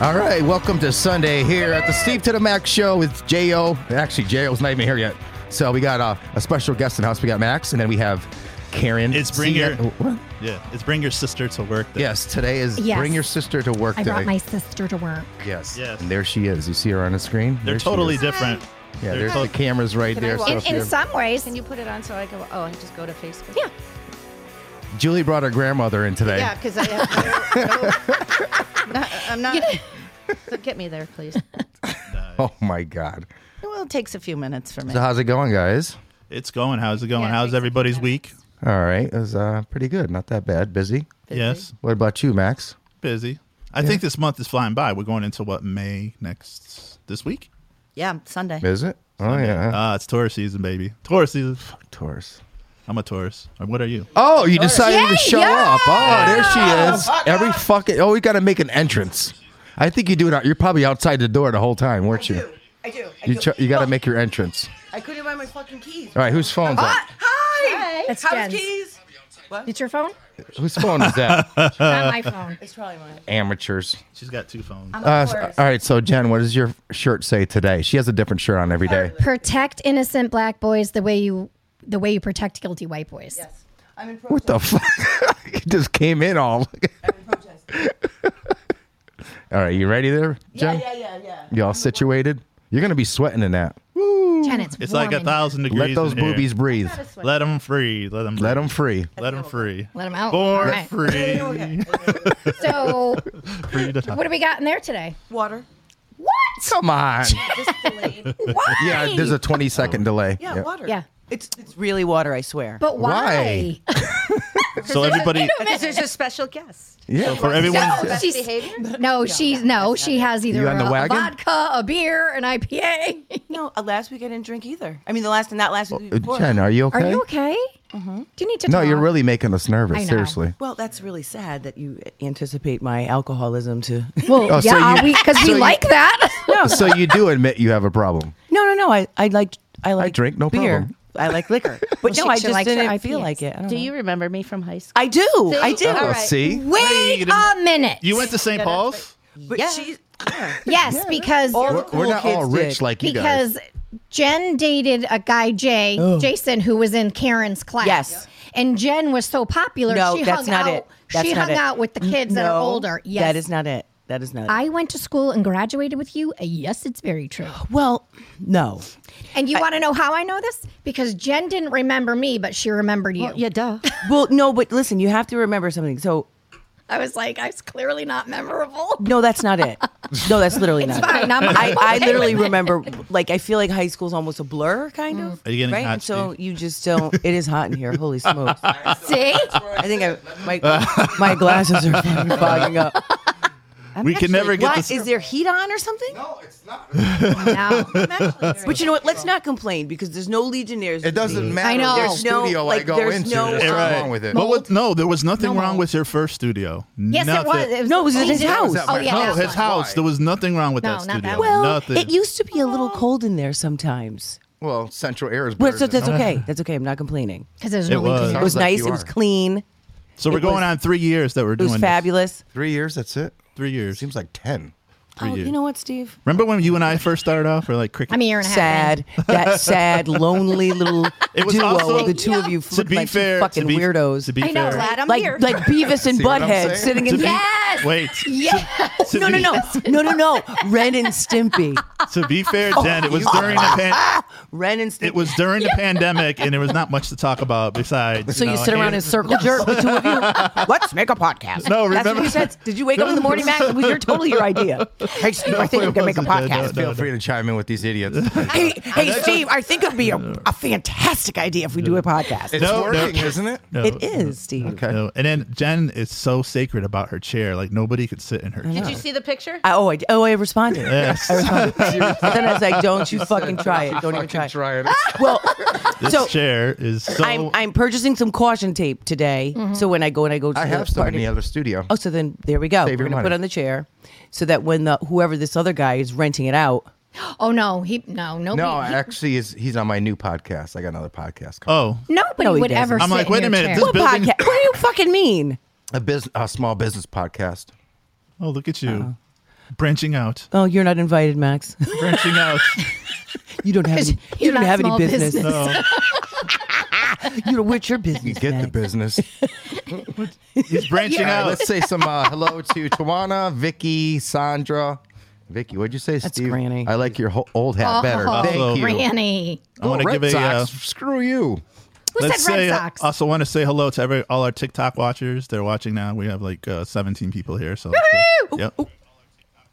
All right, welcome to Sunday here at the Steve to the Max show with J.O. Actually, J.O.'s not even here yet. So we got uh, a special guest in the house. We got Max, and then we have Karen. It's bring See- your- What? Yeah, it's bring your sister to work. Day. Yes, today is Yes. Bring Your Sister to Work I Day. brought my sister to work. yes. Yes. And there she is. You see her on the screen? they're There she totally is. different. Yeah, they're there's tot- the cameras right Can I there. walk- so In- if in you're- some ways, Can you put it on so I go, oh, I just go to Facebook? yeah, Julie brought her grandmother in today. Yeah, because I have no. no- I'm not. so get me there, please. Oh, my God. Well, it takes a few minutes for me. So how's it going, guys? It's going. How's it going? Yeah, it How's takes a everybody's few week? All right. It was uh, pretty good. Not that bad. Busy. Busy. Yes, What about you, Max? busy. I think this month is flying by. We're going into what May next this week. Yeah, Sunday. Is it? Oh, yeah. Ah, it's Taurus season, baby. Taurus season. Taurus. I'm a Taurus. Or What are you? Oh, you decided Yay, to show yeah! up. Oh, there she is. Every fucking. Oh, we got to make an entrance. I think you do it. out- You're probably outside the door the whole time, weren't you? I do. I You do. cho- you got to make your entrance. I couldn't find my fucking keys. All right, whose phone's that? Ah, hi. That's House Jen's. keys. It's your phone? Whose phone is that? Not my phone. It's probably mine. Amateurs. She's got two phones. I'm a Uh, Taurus. all right, so Jen, what does your shirt say today? She has a different shirt on every day. Protect innocent black boys the way you the way you protect guilty white boys. Yes. I'm in What protest. the fuck? it just came in all. I'm in protest. all right, you ready there, Yeah, Jen? yeah, yeah, yeah. You all situated? You're gonna be sweating in that. Jen, it's, it's warm like a in thousand degrees. Let those in here. boobies breathe. Let them free. Let them. Let them free. Let them free. Let 'em out. Born All right. free. Okay. here. So, free to what do we got in there today? Water. What? Come on. Just delayed. Why? Yeah, there's a 20 second delay. Yeah, Yeah. water. Yeah. It's it's really water, I swear. But why? Why? So everybody. Because there's a special guest. Yeah. For everyone. No, Best she's- behavior? no, she's no, she has either You on the a, wagon? vodka, a beer, an IPA. no, uh, last week I didn't drink either. I mean, the last and not last week. Uh, before. Jen, are you okay? Are you okay? Do you need to No, talk? you're really making us nervous. know. Seriously. Well, that's really sad that you anticipate my alcoholism to. Well, Oh, so yeah, you- because we, so you- like that. no, So you do admit you have a problem. no, no, no. I I like I like drink, no beer. problem. I like liquor, but Well, no, she- I she just likes her didn't feel IPAs. like it. I don't Do know. you remember me from high school? I do. I do. All Oh, right. see? Hey, you Wait didn't- a minute. You went to St. Paul's. But Yeah. she. yeah. Yes, because All We're, the we're cool not all kids rich did. like you guys. because Jen dated a guy Jay Jason who was in Karen's class. Yes. And Jen was so popular. No, she that's hung not out, it. That's she not hung it. out with the kids that are No, older. Yes, That is not it. That is not it. I went to school and graduated with you. Uh, Yes, it's very true. well, no. And you want to know how I know this? Because Jen didn't remember me, but she remembered you. Yeah, duh. Well, no, but listen, you have to remember something. So, I was like, I was clearly not memorable. no, that's not it. No, that's literally not it. fine. I'm I, I okay literally with it. remember, like, I feel like high school's almost a blur, kind of. Mm. Are you getting right? hot, And so you just don't, it is hot in here. Holy smokes. I See? think I, my, my glasses are fucking fogging up. we can never get Why- this. Is there heat on or something? Oh, No. But you know what? Let's not complain because there's no Legionnaires. It doesn't matter I know. which There's no- studio I like, go there's into. no- There's Yeah, something right. wrong with it. What was- no, there was nothing No wrong mold. with your first studio. Yes, it Nothing. was. It was. No, it was at his Oh, house. Oh, yeah. no, that's his why. house. There was nothing wrong with No, that not studio. that one. Well, nothing. it used to be a little cold in there sometimes. Well, Central Air is better But so than- that's okay. That's okay. I'm not complaining. Because there's It no was. was. It was Sounds like nice. you It was are. clean. so we're it was- going on three years that we're It doing. this. was fabulous. Three years, that's it? Three years. Seems like 10. Three oh, years. you know what, Steve? Remember when you and I first started off? We're like cricket. I'm a year and a half. in. Sad. that sad, lonely little It was duo. also- of the two of you to flipped be like two fair, fucking to be, weirdos. To be I know. fair, Glad I'm like here. like Beavis and See what I'm Butthead saying? sitting to in be, Yes! Wait. Yes. To, to No, no, be, no, no, no, no. Ren and Stimpy. To be fair, Oh, Jen, it was during the pan- Ren and Stimpy. it was during the pandemic, and there was not much to talk about besides. so you know, sit around hand- in circle jerk the two of you. Let's make a podcast. No, That's remember- what you said. Did you wake up in the morning, Max? It was your totally your idea. Hey, Steve, I think we can make a it wasn't. podcast. No, Feel no. free to chime in with these idiots. Hey, hey, Steve, I think it'd be a, a fantastic idea if we do a podcast. It's No, no. working, isn't it? No, It is, Steve. Okay. no. And then Jen is so sacred about her chair; like nobody could sit in her. chair. Did you see the picture? I, oh, I, oh, I responded. Yes. I responded. But then I was like, don't you fucking try it. Don't even try it. Try it. Well, This so chair is so. I'm, I'm purchasing some caution tape today. Mm-hmm. So when I go and I go to I the have some in party- the other studio. Oh, so then there we go. Save We're your gonna put money. on the chair so that when the whoever this other guy is renting it out, Oh, no. He, no, nobody. No, he- actually, he's, he's on my new podcast. I got another podcast called oh, nobody No, he would doesn't. ever I'm sit like, in wait a your minute, chair. this what building- podcast? What do you fucking mean? a, bus- a small business podcast. oh, look at you. branching out. Oh, you're not invited, Max. Branching out. You don't have. 'Cause Any, you you're don't not have any small business. business. No. You don't. What's your You business? get the Max? business. He's branching All right, out. let's say some uh, hello to Tawana, Vicky, Sandra. Vicky, what'd you say, That's Steve? Granny. I like your ho- old hat better. Thank hello. you. Granny. I want Oh, to Red give a. Sox, Uh, screw you. Who let's said Red say. uh, Sox? Also, want to say hello to every all our TikTok watchers. They're watching now. We have like uh, 17 people here. So. that's cool. Yep.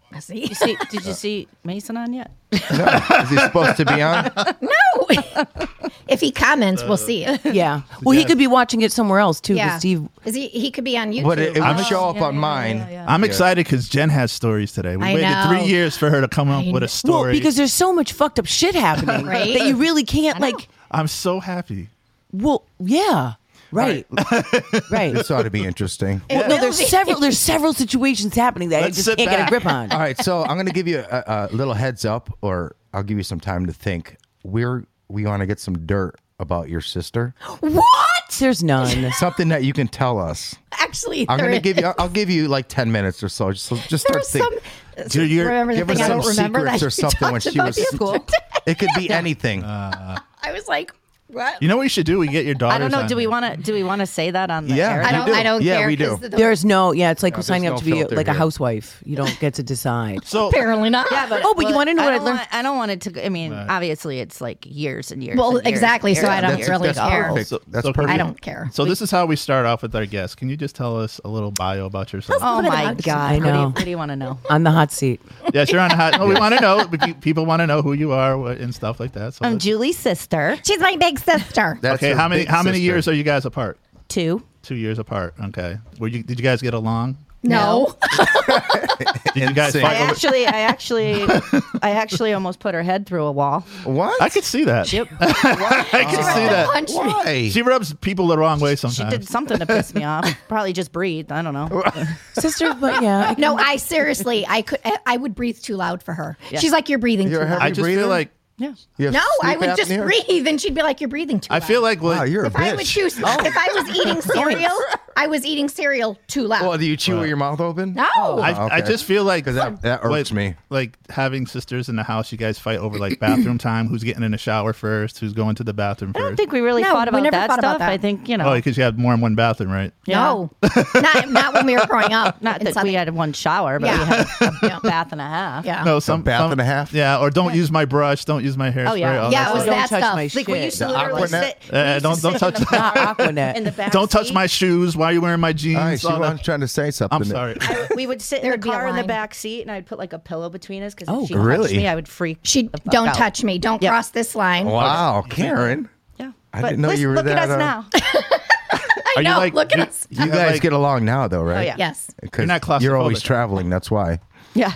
I see. See, did you see Mason on yet? No, is he supposed to be on? No. if he comments, we'll see it. Yeah. Well, he could be watching it somewhere else too. 'cause Yeah. Steve. Is he? He could be on YouTube. But it, it would Oh, show up yeah, on yeah, mine. yeah, yeah. I'm excited because Jen has stories today. We I waited know. three years for her to come up I with know. a story. Well, because there's so much fucked up shit happening Right? that you really can't like. I'm so happy. Well, yeah. Right. right. This ought to be interesting. Well, no, there's several. There's several situations happening that I Let's just sit can't get back. a grip on. All right, so I'm going to give you a, a little heads up, or I'll give you some time to think. We're we want to get some dirt about your sister. What? There's none. Something that you can tell us. Actually, I'm there going to is- give you. I'll give you like 10 minutes or so. Just so just start There was thinking. some. uh, Dude, you're- remember the Give her thing I some don't remember secrets that or she something when talked she about was. the school. It could be anything. Uh, I was like, what? You know what you should do? We get your daughter. I don't know. Do we want to? Do we want to say that on the Yeah. air? I we don't. do. I don't Yeah, care. we 'cause do. the- There's no. Yeah, it's like there's signing no up to be a, filter like here. a housewife. You don't get to decide. So apparently not. Yeah, but, Oh, but you wanna know what I I don't learned? Want, I don't want it to. go- I mean, obviously, it's like years and years. Well, and years exactly, and so I years don't and That's, years. really that's care. perfect. So- that's so perfect. I don't care. So this is how we start off with our guest. Can you just tell us a little bio about yourself? Oh my about- god! I What do you, know. what do you want to know? On the hot seat. yes, you're on hot. No, we want to know. we- People want to know who you are what- and stuff like that. So I'm let's- Julie's sister. She's my big sister. That's okay, her how many big how many sister. years are you guys apart? Two. Two years apart. Okay. Were you did you guys get along? No. Did you guys sync. I fight? Over- actually, I actually, I actually almost put her head through a wall. What? I could see that. Yep. I could see that. Punch me. Why? She rubs people the wrong way She sometimes. did something to piss me off. Probably just breathed. I don't know. Sister, but yeah. I- No, I seriously, I could, I- I would breathe too loud for her. Yeah. She's like, you're breathing You're too a loud. I just breather? feel like Yeah. You have no, I sleep would just apnea? breathe, and she'd be like, "You're breathing too." I loud. feel like well, Wow, you're a if bitch. I would choose, Oh. if I was eating cereal, I was eating cereal too loud. Well, do you chew with your mouth open? no, I, I okay. just feel like 'Cause that- that irks like- me. Like having sisters in the house, you guys fight over like bathroom time, who's getting in the shower first, who's going to the bathroom I don't first. think we really No, thought we about never that thought about stuff. that. I think you know. oh, because you have more than one bathroom, right? no, not not when we were growing up. Oh. Not in that Southern- we had one shower, but Yeah. we had a Yeah. bath and a half. yeah, No, some bath some- and a half? Yeah, or don't use my brush, don't use my hairspray. Oh, yeah. all yeah, that it was Don't stuff. that touch stuff. my Like we shit. used to The literally Aquanet? sit. Uh, we used to don't- sit don't in touch the Not back- Aquanet. In the back Don't touch seat. my shoes. Why are you wearing my jeans? All right, she All that- was trying to say something. I'm sorry. I- we would sit in the There'd be a car in the line. back seat, and I'd put like a pillow between us because Oh, if she touched really? me, I would freak. She the fuck don't out. touch me. Don't Yeah. cross this line. Wow, Karen. Yeah, I didn't know you were look that, at us uh, now. Are you know, like look at you- us. You have, guys like- get along now, though, right? Oh, yeah. Yes. 'Cause You're not You're always claustrophobic. traveling. That's why. yeah,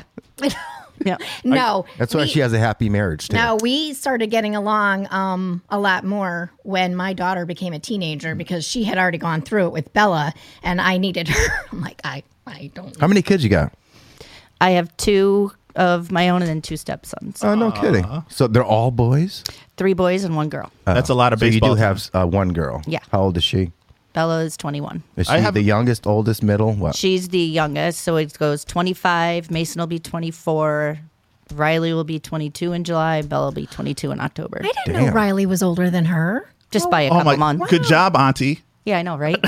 yeah. No. That's why we- she has a happy marriage too. No, we started getting along um, a lot more when my daughter became a Mm. teenager because she had already gone through it with Bella, and I needed her. I'm like, I, I don't. How many kids you got? I have two of my own and then two stepsons, Oh, no Uh-huh. kidding. So they're all boys. three boys and one girl. That's a lot of So you baseball. do time. have uh, one girl. Yeah. How old is she? Bella is 21. Is she I have- the youngest, oldest, middle? What? She's the youngest, so it goes 25. Mason will be 24. Riley will be 22 in July. Bella will be 22 in October, I didn't know Damn. Riley was older than her. just by a Oh couple my! months. Good job, Auntie. Yeah, I know, right?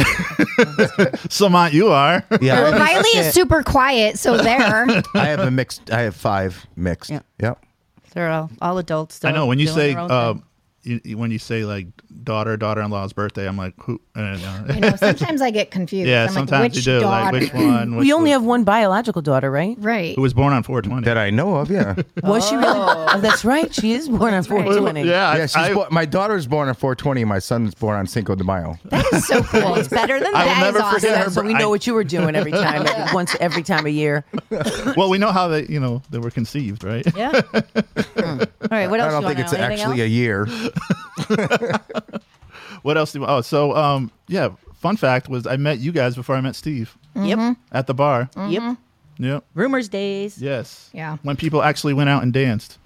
Some aunt you are. yeah. Well, Riley is super quiet, so there. I have a mixed. I have five mixed. Yeah. Yep. They're all, all adults. I know when you doing say their own uh, thing. you, you- when you say like daughter daughter-in-law's birthday, I'm like who? I don't know. You know, sometimes I get confused. yeah, I'm sometimes like, you which do. daughter? Like which one? we which- only have one biological daughter, right? right. who was born on 420. That I know of. Yeah. Was she really? Oh, that's right. She is born on 420. yeah, yeah. She's I, bo- my daughter's born on 420. My son's born on Cinco de Mayo. that is so cool. it's better than I will That never is forget awesome. her. So we bir- know I- what you were doing every time, every- once every time a year. well, we know how they, you know, they were conceived, right? Yeah. All right. What I else? don't you think wanna it's know? Anything actually a else? year. What else do you? Oh, so um, yeah. Fun fact was I met you guys before I met Steve Yep. at the bar. Yep. Yep. Rumors days. Yes. Yeah. When people actually went out and danced,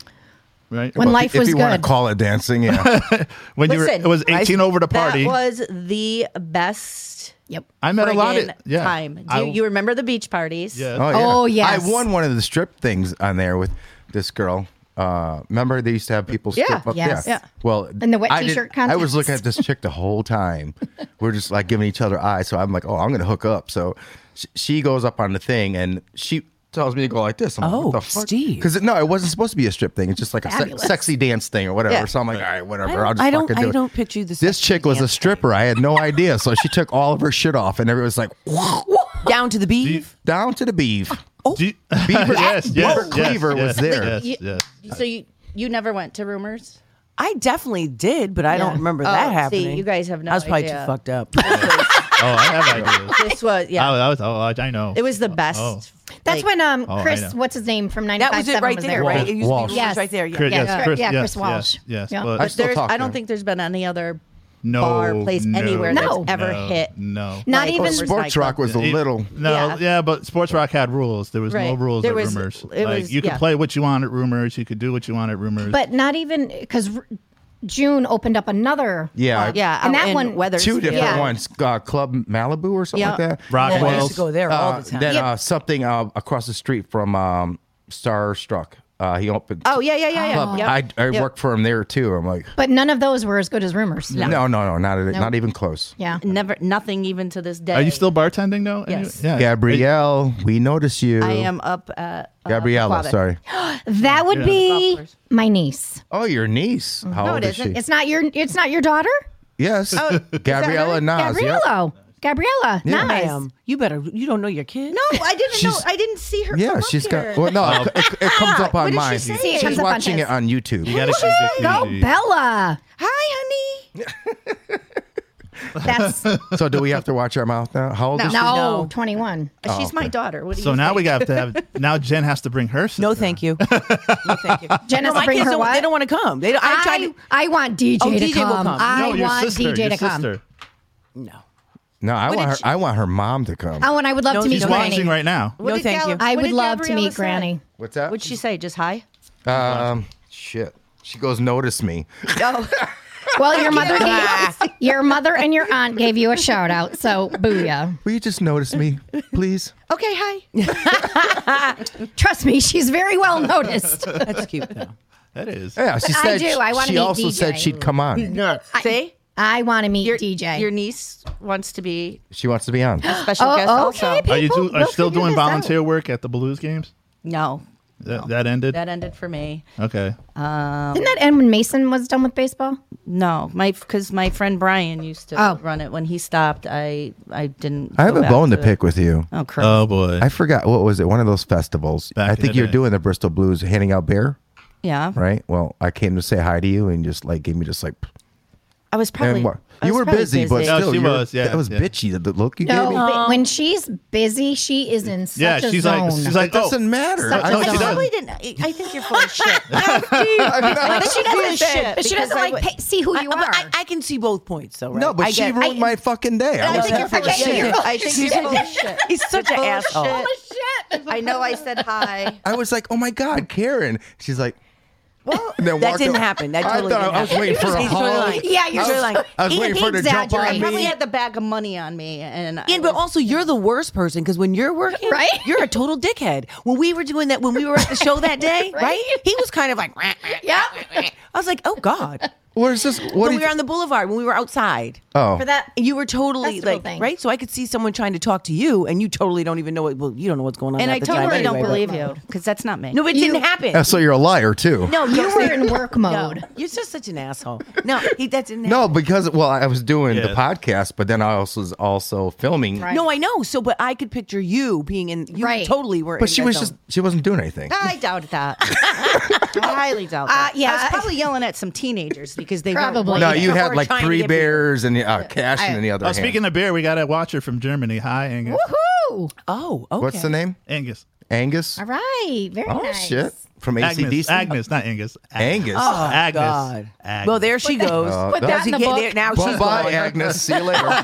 right? When Well, life if was you good. want to call it dancing, yeah. When you were, Listen, it was 18 over the party. That was the best Yep. I met a lot of friggin' yeah. time. Do you, I- you remember the beach parties? yeah. Oh, yeah. Oh, yes. I won one of the strip things on there with this girl. Uh, remember they used to have people strip Yeah. up Yes. yeah. Yeah. Well, And the wet I did- t-shirt I was looking at this chick the whole time. We're just like giving each other eyes. So I'm like, oh, I'm gonna hook up. So sh- she goes up on the thing and she tells me to go like this. I'm like, Oh, what the fuck? Steve. Because no, it wasn't supposed to be a strip thing. It's just like a se- Fabulous. sexy dance thing or whatever. Yeah. So I'm like, all right, whatever. I don't- I'll just I don't- fucking do I it. don't picture the This sexy chick was a dance thing. stripper. I had no idea. So she took all of her shit off and everyone's like, Down to the Do you- beef. down to the beef. do you- Beaver, Oh. yes, yes, Beaver yes, Cleaver yes, was there. Yes, You- yes. So you you never went to rumors? I definitely did, but I Yeah. don't remember Oh, that see, happening. you guys have no I was probably idea. too fucked up. Oh, I have ideas. This was yeah. Oh, that was, oh, I- I know. It was the best. Oh. That's when um Oh, I know. Chris, what's his name from ninety that five was it right there, right? It used Walsh. to be Yes. right there. Yeah. Chris, Yeah, yes, yeah, Chris, yeah, yes, Chris Walsh. Yes, yes, Yeah. but I still There's, talk I to don't her. think there's been any other no bar, place no, anywhere No. that's ever no, hit. No. Not like, even over- Sports Recycle. Rock was a It- little. No, Yeah. yeah. but Sports Rock had rules. There was no Right. rules There at was- rumors. it like was- you could yeah. play what you want at rumors. You could do what you want at rumors. But not even because June opened up another. Yeah. bar. Yeah, and out that in one Weathers- Two Two different Yeah. ones. Uh, Club Malibu or something Yeah. like that. Rockwell's. Well, I used to go there all uh, the time. Then Yep. uh, something uh, across the street from um, Starstruck. Uh, he opened. Oh yeah, yeah, yeah, yeah. Club. Yep. I, I Yep. worked for him there too. I'm like, but none of those were as good as rumors. no, no, no, not not even close. Yeah. Never, nothing even to this day. Are you still bartending though? Any- Yes. Yeah. Gabrielle, we notice you. I am up at uh, Gabriella, Aquatic. sorry. That would be Golfers. my niece. Oh, your niece. How Mm-hmm. No, old it is she? isn't. Oh, It's not your. It's not your daughter, yes. Gabriella Nas. yeah. Gabriella. Gabriella. Nice. Ma'am, you better. You don't know your kid. No, Oh, I didn't know. She's- I didn't see her. Yeah, come she's up got. here. Well, no, it, it- it comes up on did she mine. say? See, it She's comes up on watching his. it on YouTube. You gotta keep it Go PG. Bella. Hi, honey. That's no, So do we have to watch our mouth now? How old is she? No. twenty one. she's my daughter. What do So you now think? we got to have. Now Jen has to bring her. No, sister. thank you. No, thank you. Jen has to no, my bring kids her don't, what? They don't want to come. They don't. I, tried I, to. I want DJ Oh, to DJ will come. come. I No, your want sister, DJ your to come. sister. No. No, I want did her. she- I want her mom to come. Oh, and I would love No, to meet she's She's Granny. watching right now. What No, did thank you. Gabri- I what would did love to Gabriella meet say? Granny. What's that? What'd she say? Just hi. um, shit. She goes, notice me. Well, your mother gave, your mother and your aunt gave you a shout out, so booyah. Will you just notice me, please? Okay, hi. Trust me, she's very well noticed. That's cute though. That is. Yeah, she I said. do. I wanna she meet also DJ. said she'd come on. See, I want to meet your DJ. Your niece wants to be She wants to be on. a special guest. oh, also, okay. Are you People, do, are we'll still figure doing this out. volunteer work at the Blues games? no, That, that ended. that ended for me. okay. Didn't that end when Mason was done with baseball? No, my because my friend Brian used to Oh. run it. When he stopped, I I didn't. I have go a back bone to it. pick Uh, with you. Oh crap! Oh boy. I forgot what was it? One of those festivals. Back I in think the you're day. doing the Bristol Blues, handing out beer, yeah, right? Well, I came to say hi to you and just like gave me just like. I was probably. and what? I You was were probably busy, but No, still, she you were- was, yeah, that was yeah. bitchy. The the look you gave No, me. but when she's busy, she is in such yeah, a she's zone. like, she's like, It doesn't oh, matter. I, I No, don't- she doesn't. probably didn't. I I think you're full of shit. but she doesn't, shit but she because doesn't I like would- pay, see who I, you but are. I, I can see both points though. Right? No, but I she get- ruined my fucking day. I I was think like, you're full of Okay, shit. you're full of I think she's full of shit. He's such an Full of asshole. Oh, shit. Shit. I know I said hi. I was like, oh my god, Karen. She's like, Well, And then that walked didn't away. happen. That I totally thought didn't I was happen. waiting for a He's totally hug. lying. Yeah, you're He's totally like, lying. I was He- waiting he for her to jump on exaggerates. me. Probably had the bag of money on me, and I And but also you're the worst person because when you're working, Right? you're a total dickhead. When we were doing that, when we were at the show that day, right? He was kind of like, "Rah, rah, rah, Yeah. rah, rah." I was like, oh god. What is this? What did when we were you- on the boulevard, when we were outside, Oh, for that. you were totally Festival like, thing. right? So I could see someone trying to talk to you, and you totally don't even know what. Well, you don't know what's going on. and at I the totally time don't anyway, but- believe you because that's not me. No, it didn't happen. Uh, so you're a liar too. no, You were in work No, mode. you're just such an asshole. No, he, that didn't. No, because well, I was doing the Yeah. podcast, but then I also was also filming. Right. No, I know. So, but I could picture you being in. You Right. totally were. But in she that was zone. just she wasn't doing anything. I doubt that. I highly doubt that. yeah, I was I- probably yelling at some teenagers because they Probably. Weren't No, working. you had Or like trying to three get people- bears and uh, cash in the other. Oh, hand. speaking of beer, we got a watcher from Germany. Hi, Angus. Woohoo! Oh, okay. What's the name? Angus. Angus. All right, very Oh nice. shit! From Agnes. ACDC. Agnes, not Angus. Angus. Oh Agnes. God. Agnes. Well, there she goes. put Now that in she the get- book. there- Now Well, she's bye, gone. Agnes. See you later.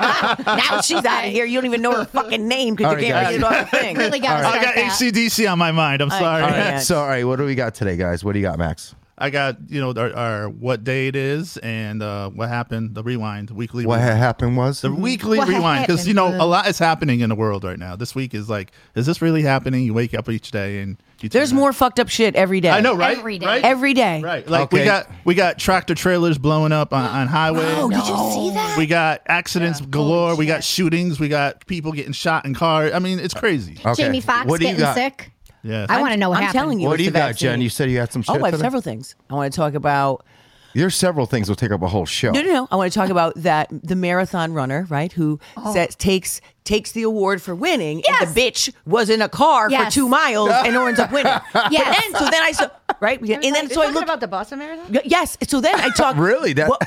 Now she's out of here. You don't even know her fucking name because All you right, can't guys. read it off the thing. Really gotta I start got that. ACDC on my mind. I'm sorry. All right. Yes. So, all right. What do we got today, guys? What do you got, Max? I got you know our, our what day it is and uh, what happened. The rewind weekly. What rewind. had happened was The weekly What rewind because you know happened? a lot is happening in the world right now. This week is like, is this really happening? You wake up each day and you turn There's on- more fucked up shit every day. I know, right? Every day. Right? Every day. right. Like we Okay. got we got tractor trailers blowing up on, on highways. Oh, did you see that? We got accidents galore. We got shootings. We got people getting shot in cars. I mean, it's crazy. Uh, Okay. Jamie Foxx What do you getting got? sick. Yes. I want to know what I'm happened. telling you. What it's do you the got, vaccine. Jen? You said you had some shit. Oh, I have today? several things. I want to talk about. There's several things will take up a whole show. Oh. No, no, no. I want to talk about that the marathon runner, right? Who Oh. says, takes takes the award for winning, and the bitch was in a car Yes. for two miles and no one's up winning. Yes. And so then I saw right, and then so I talking looked. about the Boston Marathon. yes. So then I talked. Really? That Well,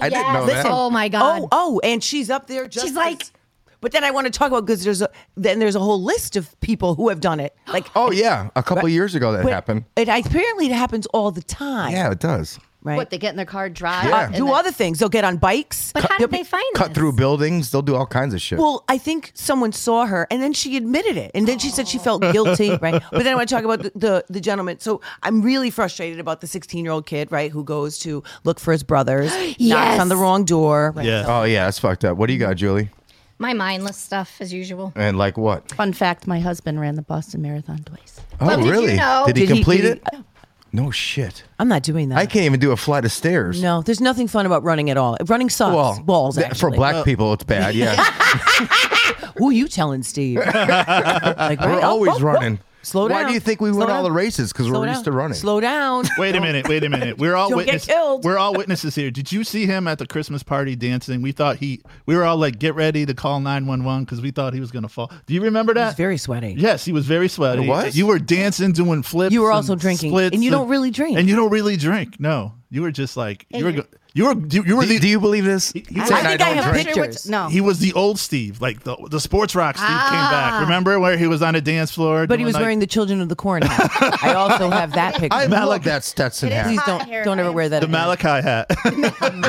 I didn't know Yes. that. Oh my god. Oh, oh, and she's up there. Just She's like- as- But then I want to talk about because there's a then there's a whole list of people who have done it. Like Oh yeah, a couple years ago that but- happened. It apparently it happens all the time. Yeah, it does. Right. What they get in their car, drive, Yeah. and do then- other things. They'll get on bikes. But how They'll did they be- find Cut this? through buildings. They'll do all kinds of shit. Well, I think someone saw her, and then she admitted it, and then she said she felt guilty, right? But then I want to talk about the, the the gentleman. So I'm really frustrated about the 16 year old kid, right, who goes to look for his brothers, knocks Yes. on the wrong door. Right? yeah. oh yeah, that's fucked up. What do you got, Julie? My mindless stuff as usual. And like what? Fun fact: My husband ran the Boston Marathon twice. Oh did you really? know- Did he Did he- complete did it? No shit. I'm not doing that. I can't even do a flight of stairs. no, there's nothing fun about running at all. Running sucks. Well, Balls. that- for actually. black people, it's bad. Yeah, Who are you telling, Steve? like, right, we're oh, always oh, oh. running. Slow down. Why do you think we Slow win all down. the races? Because Slow we're down. used to running. Slow down. Wait a minute, wait a minute. We're all Don't get witnesses. killed. We're all witnesses here. Did you see him at the Christmas party dancing? We thought he we were all like get ready to call 911 cuz we thought he was going to fall. Do you remember uh, that? It's very sweaty. Yes, he was very sweaty. It was? You were dancing, doing flips. You were and also drinking, splits and you don't really drink. And you don't really drink. No. You were just like you were go- you were you, you were Do, the do you believe this? I Saying I think I, don't have drink. Sure, what's- pictures. no, he was the old Steve, like the the sports rock Steve came back. Remember where he was on a dance floor? But he doing, was like- wearing the Children of the Corn hat. I also have that picture. I love that Stetson It is hat. Please hot don't here. don't ever wear that. the again. Malachi hat.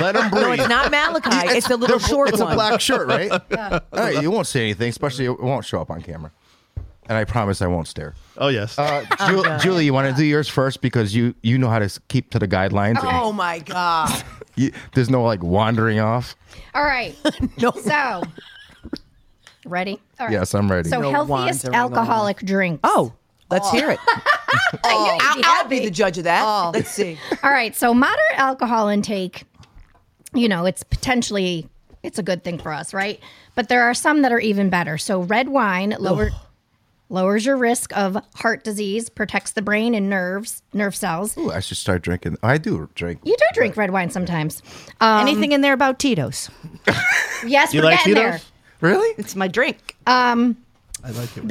Let him breathe. No, it's not Malachi. It's, the little they're- short It's one. a black shirt, right? All right, you won't see anything, especially it won't show up on camera. And I promise I won't stare. oh yes. Uh, Ju- Julie, you want to do yours first because you you know how to s- keep to the guidelines. and Oh my god! you- there's no like wandering off. All right. No. So ready? All right. Yes, I'm ready. So No wands healthiest around, no alcoholic drinks. Oh, let's hear it. Oh. I knew you'd I'll, be I'll be happy. the judge of that. Oh. Let's see. All right. So moderate alcohol intake, you know, it's potentially it's a good thing for us, right? But there are some that are even better. So red wine lower lowers your risk of heart disease, protects the brain and nerves, nerve cells. Ooh, I should start drinking. I do drink. You do drink red wine sometimes. Um, Anything in there about Tito's? yes, you we're like getting Tito's? there. Really? It's my drink. The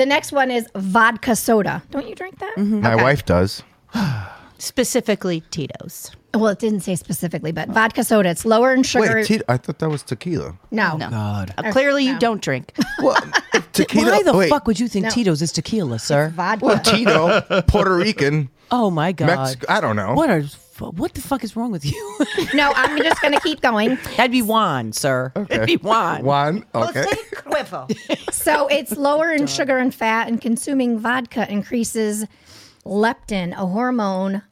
next one is vodka soda. Don't you drink that? My wife does. Specifically Tito's. Well, it didn't say specifically, but vodka soda. It's lower in sugar. Wait, te- I thought that was tequila. no. God. Uh, clearly, you don't drink. Well, tequila. Why the wait, fuck would you think No. Tito's is tequila, sir? Vodka. well, Tito, Puerto Rican, Oh my god! Mexico. I don't know. What are what the fuck is wrong with you? no, I'm just going to keep going. That'd be Juan, sir. That'd be Juan. One. Okay. So it's lower in sugar and fat, and consuming vodka increases leptin, a hormone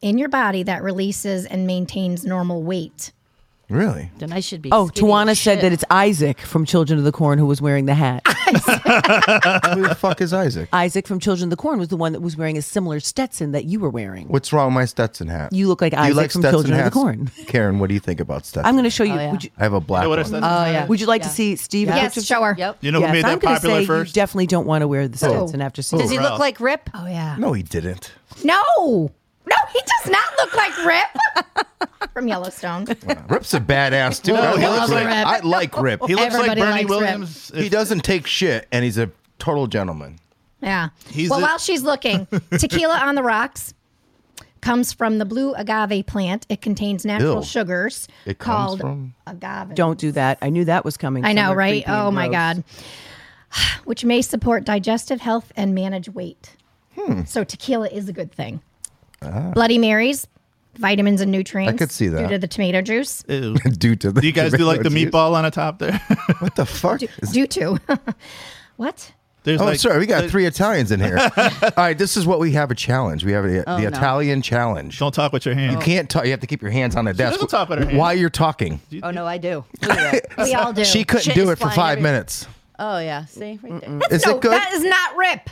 in your body that releases and maintains normal weight. Really? Then I should be. Oh, skinny Tawana as said shit. that it's Isaac from Children of the Corn who was wearing the hat. Who the fuck is Isaac? Isaac from Children of the Corn was the one that was wearing a similar Stetson that you were wearing. What's wrong with my Stetson hat? You look like Do Isaac from Children of the Corn. Karen, what do you think about Stetson? I'm going to show you. yeah. Would you, I have a black know what I one. said? Oh yeah. would you like to see Steve? a picture Yes, of- sure. Yep. you know yes, who made I'm that gonna popular say first? You definitely don't want to wear the Oh. Stetson after seeing. Does he Ralph. look like Rip? Oh, yeah. no, he didn't. No. No, he does not look like Rip from Yellowstone. Rip's a badass dude. I, he like looks Rip. like- I like Rip. He He, looks Everybody like Bernie likes Rip. Williams. he doesn't take shit, and he's a total gentleman. Yeah. He's well, a- while she's looking, tequila on the rocks comes from the blue agave plant. It contains natural Ew. sugars It comes called from- agave. Don't do that. I knew that was coming. I know, somewhere right? creepy and Oh my gross. god. Which may support digestive health and manage weight. Hmm. So tequila is a good thing. Bloody Marys, vitamins and nutrients. Ah. could see that. due to the tomato juice. Ew. Due to the Do you guys do like the meatball on the top there? What the fuck? Is- Due to what? There's Oh, like, sorry. We got three Italians in here. All right, this is what we have a challenge. We have a, Oh, the no. Italian challenge. Don't talk with your hands. You can't talk. You have to keep your hands on the desk doesn't talk with her hands. while you're talking. Oh no, I do. We all do. She couldn't Shit do is it for flying five everywhere. minutes. Oh yeah, see right there. Is no, it good? that is not rip.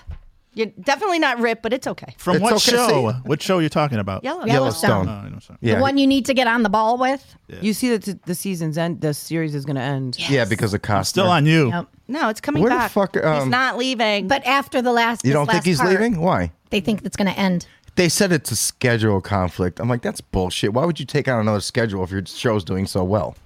You're definitely not ripped, but it's okay. From It's what okay to show? see. What show you talking about? Yellow. Yellowstone. Oh, I know, sorry. Yeah. The one you need to get on the ball with. You see that the- the season's end, the series is going to end. Yeah, because of Costner. Still on you. Yep. No, it's coming Where the back. fuck, um, he's not leaving. But after the last, You this don't think last he's part, leaving? Why? They think it's going to end. They said it's a schedule conflict. I'm like, that's bullshit. Why would you take on another schedule if your show's doing so well?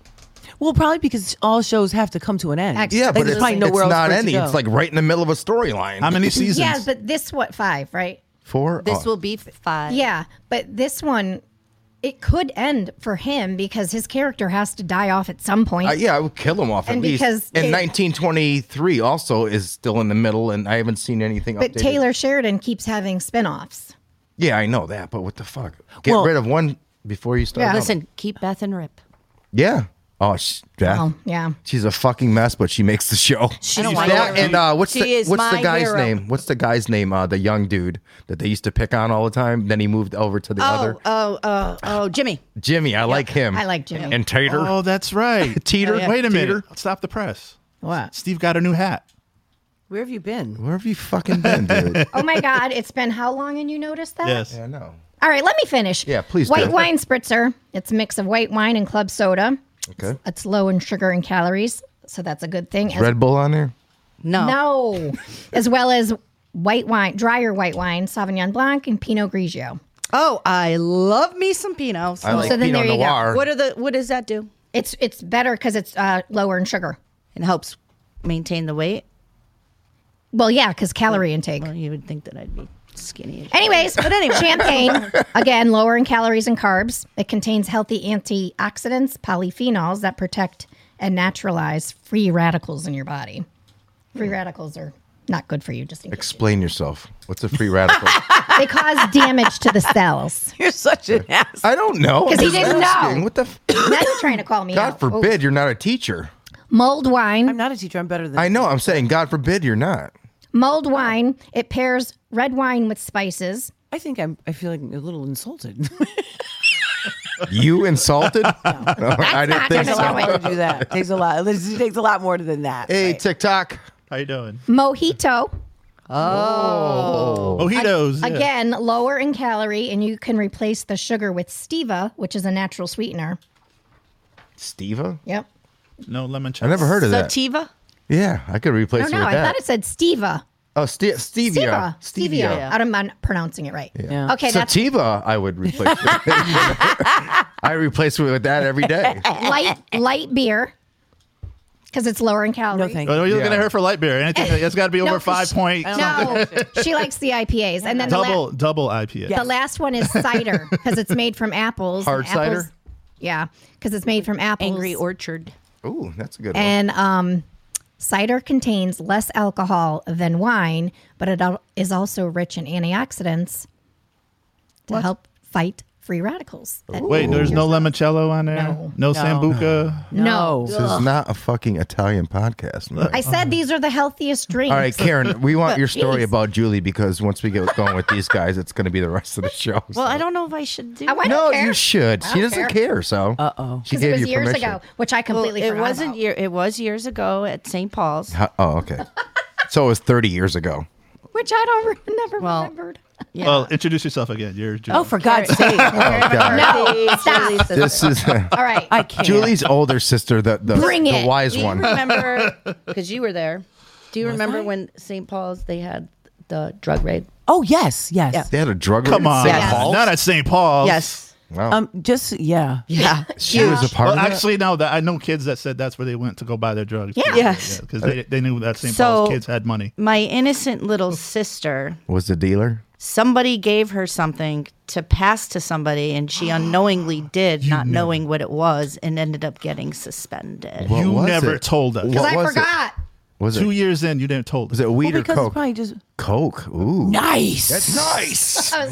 Well, probably because all shows have to come to an end. Ex- Yeah, Like, but there's it's, probably it's nowhere else not for it to ending. go. It's like right in the middle of a storyline. How many seasons? Yeah, but this what five, right? Four? this Oh. will be five. Yeah, but this one, it could end for him because his character has to die off at some point. Uh, yeah, I would kill him off And at least. because and it- 1923 also is still in the middle, and I haven't seen anything. but updated. Taylor Sheridan keeps having spin-offs. Yeah, I know that, but what the fuck? Get Well- rid of one before you start. Yeah. another. Listen, keep Beth and Rip. Yeah. Oh, sh- Beth. Oh, yeah. She's a fucking mess, but she makes the show. I don't She's want not That Hero. and uh, what's She the is what's the my guy's hero. name? What's the guy's name? Uh, the young dude that they used to pick on all the time. Then he moved over to the other Oh, oh, oh, oh, Jimmy. Jimmy. I like him. I like Jimmy. and Tater. Oh, that's right. Teeter. Wait a minute. Teeter. Stop the press. What? Steve got a new hat. Where have you been? Where have you fucking been, dude? Oh my God! It's been how long, and you noticed that? Yes. I know. All right, let me finish. Yeah, please do. White wine spritzer. It's a mix of white wine and club soda. Okay. It's low in sugar and calories, so that's a good thing. As- Red Bull on there. No. no, as well as white wine, drier white wine, Sauvignon Blanc, and Pinot Grigio. Oh, I love me some Pinots. I like Oh, then Pinot there you go. Noir. What are the? What does that do? It's it's better because it's uh, lower in sugar. It helps maintain the weight. Well, yeah, because calorie intake. Well, you would think that I'd be skinny. as- Anyways, but anyway, champagne again lower in calories and carbs. It contains healthy antioxidants, polyphenols that protect and naturalize free radicals in your body. Free radicals are not good for you. Just in case. Explain yourself. What's a free radical? they cause damage to the cells. You're such an ass. I don't know. 'Cause he I'm just didn't know. asking. What the? F- Now you're trying to call me God out. Oh, forbid you're not a teacher. mulled wine. I'm not a teacher. I'm better than I know. I'm saying God forbid you're not. Mulled wine. It pairs red wine with spices. I think I'm. I feel like a little insulted. You insulted? I didn't think gonna so. work. to do that takes a lot. It takes a lot more than that. Hey, TikTok. How you doing? Mojito. Mojitos. yeah. Again, lower in calorie, and you can replace the sugar with stevia, which is a natural sweetener. Steva? Yep. No lemon I chips. never heard of that. Sativa. yeah, I could replace No, it no, with I that. thought it said stevia. oh, ste- stevia. Stevia. Stevia. I don't mind pronouncing it right. Yeah. Okay, that's Sativa, I would replace it. I replace it with that every day. light light beer because it's lower in calorie. no, thank you. Oh, you're looking Yeah. at her for light beer. Anything that's got to be over No, five she- point. No, she likes the IPAs, and then the, la- Double double IPA. the last one is cider because it's made from apples. Hard and apples- cider? Yeah, because it's made from apples. Angry Orchard. Ooh, that's a good one. and um, cider contains less alcohol than wine, but it al- is also rich in antioxidants to help fight free radicals. That- Wait, there's no limoncello on there. No. sambuca. no. This is not a fucking Italian podcast. man. I said these are the healthiest drinks. All right, Karen, we want your story Jeez. about Julie because once we get going with these guys, it's going to be the rest of the show. Well, I don't know if I should do. I want- no, don't care. you should. She don't doesn't care, so. Uh Uh-oh. She it gave was you years permission. ago, which I Well, completely it forgot wasn't about. year. It was years ago at St. Paul's. Huh- Oh, okay. so it was 30 years ago. which I don't re- never Well, remembered. Yeah. Well, introduce yourself again. You're Julie. Oh, for God's sake! God. No, stop. This is uh, All right. I can't. Julie's older sister, the the, Bring the it. wise do you one. remember? Because you were there. Do you remember when St. Paul's they had the drug raid? Oh yes, yes. They had a drug Come raid on. at St. Yes. Paul's? Not at St. Oh. Paul's. Wow. Um, just yeah. Yeah. she was a part Well, of that? actually, no. That I know kids that said that's where they went to go buy their drugs. Yeah. Yes. Because they, they knew that St. So- Paul's kids had money. My innocent little sister. was the dealer. Somebody gave her something to pass to somebody, and she unknowingly did, not knowing what it was, and ended up getting suspended. What you was never it? told us. What I was forgot. It? Was it Two years in, you didn't told us. was it weed well, or because coke? it's probably just Coke. Ooh. nice. That's nice. I was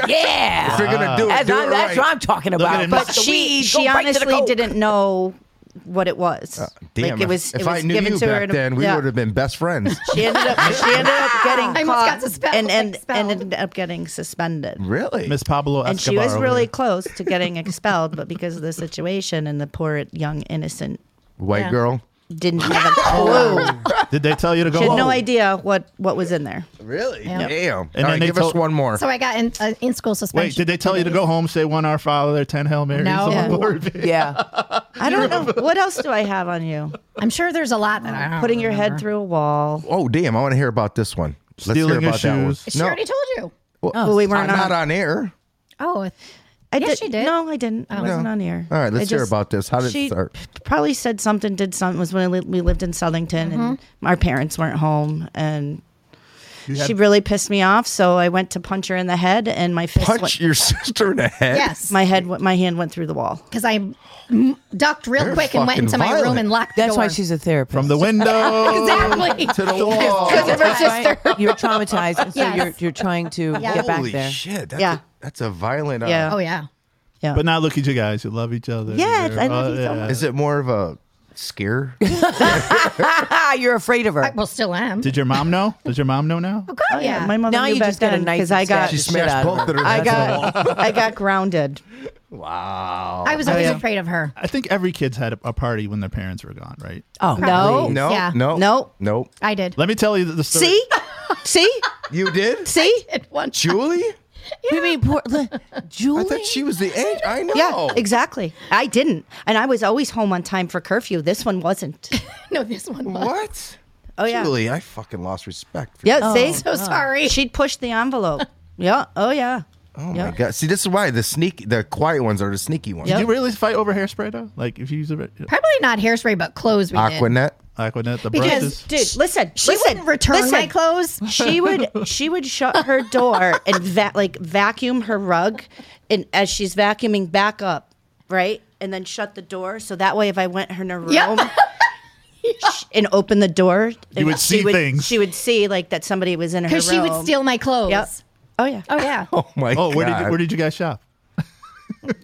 like, yeah. If you're gonna do it, That's, do what- it right. that's what I'm talking Look at about. him. But But the she weed, she go right to the honestly coke. didn't know what it was. Uh, Damn, like it was. if, it if was I knew given you to her back in a- then, we yeah. would have been best friends. She ended up. She ended up getting I almost got caught suspended, and and, expelled. and ended up getting suspended. really? Miss Pablo Escobar. And she was over really there. close to getting expelled, but because of the situation and the poor young innocent White Yeah. girl. didn't have a Oh, clue. Did they tell you to go? She had no home? idea what what was in there. Really? Yeah. Damn. then All right, they give us told- one more. So I got in, uh, in school suspension. Wait, did they tell you to go home, say one Our Father, ten Hail Marys? No. on Yeah. board? Yeah. I don't know what else do I have on you. I'm sure there's a lot that I don't Putting your head remember. through a wall. oh, damn. I want to hear about this one. Let's hear Stealing your about that one. shoes. She already told you. Well, Well, we weren't Oh, I'm on. not on air. Oh, I Yes, did, she did. No, I didn't. I wasn't No. on here. Oh. All right, I let's hear just- about this. How did it she start? Probably said something, did something. It was when I li- we lived in Southington and Mm-hmm. our parents weren't home. And she really pissed me off. So I went to punch her in the head and my fist Punch went, your sister in the head. yes. my head, went- my hand went through the wall. Because I mm, ducked real They're quick and went fucking into my room violent. and locked the That's door. why she's a therapist. From the window. exactly To the wall. Because of her sister. You're traumatized, and so Yes. you're you're trying to Yeah. get back Holy there. shit. That's, Yeah. a, that's a violent. Uh, Yeah. Oh yeah. Yeah. But now look at you guys. You love each other. Yes, You're- I love oh, you so yeah. Is it more of a scare? Ah, you're afraid of her. I, well, still am. Did your mom know? Does your mom know now? oh, God, yeah. My mother Now knew you back just got a then, knife 'cause I and stab got She the shit smashed out of both of her I heads on the wall. got I got grounded. Wow. I was always Oh, yeah. afraid of her. I think every kid's had a, a party when their parents were gone, right? Oh No. No, Yeah. no, Nope. nope. I did. Let me tell you the story. See? See? You did? See? At one time. Julie? You mean poor li- I Julie? thought she was the age. I know. Yeah, exactly. I didn't. And I was always home on time for curfew. This one wasn't. No, this one. Was. What? Oh, yeah. Julie, I fucking lost respect for Yeah, Oh. you. see? So sorry. She'd push the envelope. yeah. Oh yeah. Oh my god. See, this is why the sneaky the quiet ones are the sneaky ones. Did you really fight over hairspray though? Like if you use a Probably not hairspray, but clothes we did. Aquanet. Aquanet, the Because- brushes. Dude, listen. She listen, wouldn't return listen. my clothes. She would she would shut her door and va- like vacuum her rug and as she's vacuuming back up, right? And then shut the door so that way if I went in her room Yeah. sh- and opened the door, and would see she would, things. She would see like that somebody was in her room. Because she would steal my clothes. Yep. Oh yeah. Oh yeah. Oh my Oh, god. where did you, where did you guys shop?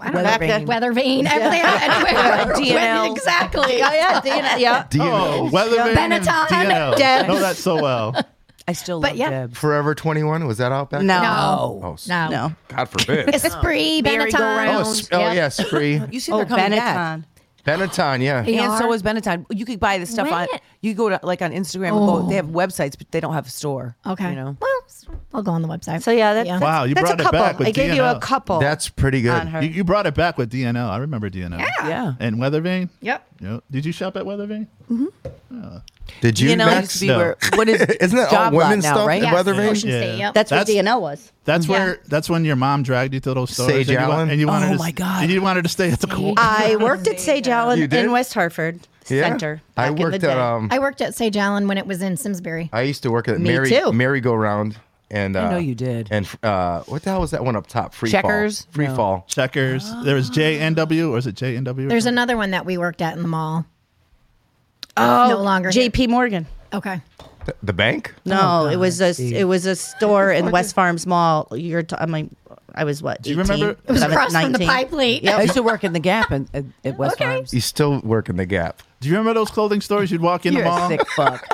I don't Weather know. vane. Weather vane. Atlanta. Anywhere. DNL. When- Exactly. Oh yeah, Dana, yeah. you Oh, Weatherman and Benetton. DNL. Deb. I know that so well. I still But love yeah. Deb. Forever 21 was that out back? No. No. Oh, s- No. No. God forbid. Esprit, oh, Benetton. Merry-go-round. sp- oh Yep. yeah, Spree. You see Oh, they're coming back. Benetton. Benetton, yeah. They And so are. is Benetton. You could buy the stuff on. When- You go to like on Instagram. And go, they have websites, but they don't have a store. Okay. You know. Well, I'll go on the website. So yeah, that, Yeah. that's, Wow, you that's brought a it couple. back with I gave you a DNL. couple That's pretty good. on her. You, you brought it back with DNL. I remember DNL. Yeah. And Weathervane. Yep. Yep. Did you shop at Weathervane? Did you You know, used Max? to be No. where what is Isn't that all job lot women's now, stuff? right? at Weathervane? Ocean Yeah. State. Yep. That's, That's- where DNL was. That's Yeah. where that's when your mom dragged you to those stores. Sage and you, wa- Allen? and you wanted Oh, to, my God. And you wanted to stay at the cool. I worked at Sage You Allen did? in West Hartford Yeah. Center. I back in the worked day. at um I worked at Sage Allen when it was in Simsbury. I used to work at Me Merry too. Merry Go Round, and uh, know you did. And uh, what the hell was that one up top? Free Checkers? fall. free No. fall. Checkers. There was JNW, or is it JNW? or There's something? another one that we worked at in the mall. Oh, no longer. Oh, here. J.P. Morgan. Okay. Th- The bank. No, it was a it was a store in West Farms Mall. You're t- I mean, I was what? 18, you remember- It It was 17, across from the 19? pie plate. I used to work in the Gap and at, at West Okay. Farms. You still working the gap? Do you remember those clothing stores you'd walk in You're the a mall? sick fuck.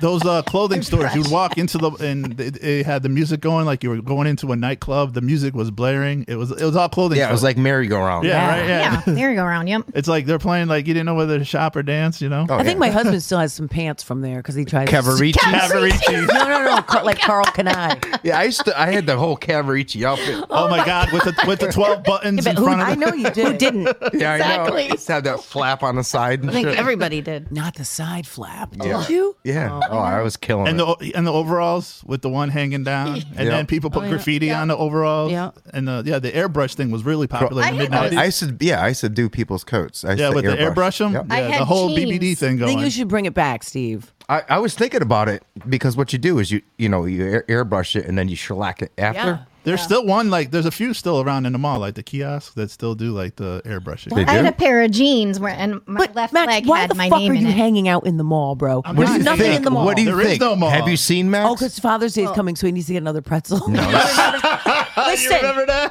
Those uh, clothing stores you'd walk into the and they, they had the music going like you were going into a nightclub. The music was blaring. It was it was all clothing. Yeah, it was like stores. Merry Go Round. yeah, Yeah. right yeah. Yeah. There you go around. Yep. It's like they're playing like you didn't know whether to shop or dance. You know. Oh, I think yeah. my husband still has some pants from there because he tries. Cavarici. Cavarici. No, no, no. Car- like Carl Canai. yeah, I used to. I had the whole Cavarici outfit. Oh, my God! With the with the twelve buttons in But who, front of I it. know you did. Who didn't? Yeah, I Exactly. know. Used to have that flap on the side. And I think shit. everybody did. Not the side flap. Yeah. Did you? Yeah. Oh, I was killing And it. the and the overalls with the one hanging down, and Yeah. then people put graffiti on the overalls. Yeah. And the yeah, the airbrush thing was really popular in the mid I had I nineties. used to, yeah, I used to do people's coats. I used Yeah, to with the airbrush them. Yep. Yeah, I the had whole jeans. BBD thing I going. think you should bring it back, Steve. I, I was thinking about it because what you do is you you know you air, airbrush it and then you shellac it after. There's still one like there's a few still around in the mall, like the kiosks that still do like the airbrushing. They I had do? a pair of jeans where and my But left Max, leg why had the my fuck name are in you it. hanging out in the mall, bro? There's just nothing saying, in the mall. What do you There is think? no mall. Have you seen Max? Oh, because Father's Day is coming, so he needs to get another pretzel. Listen,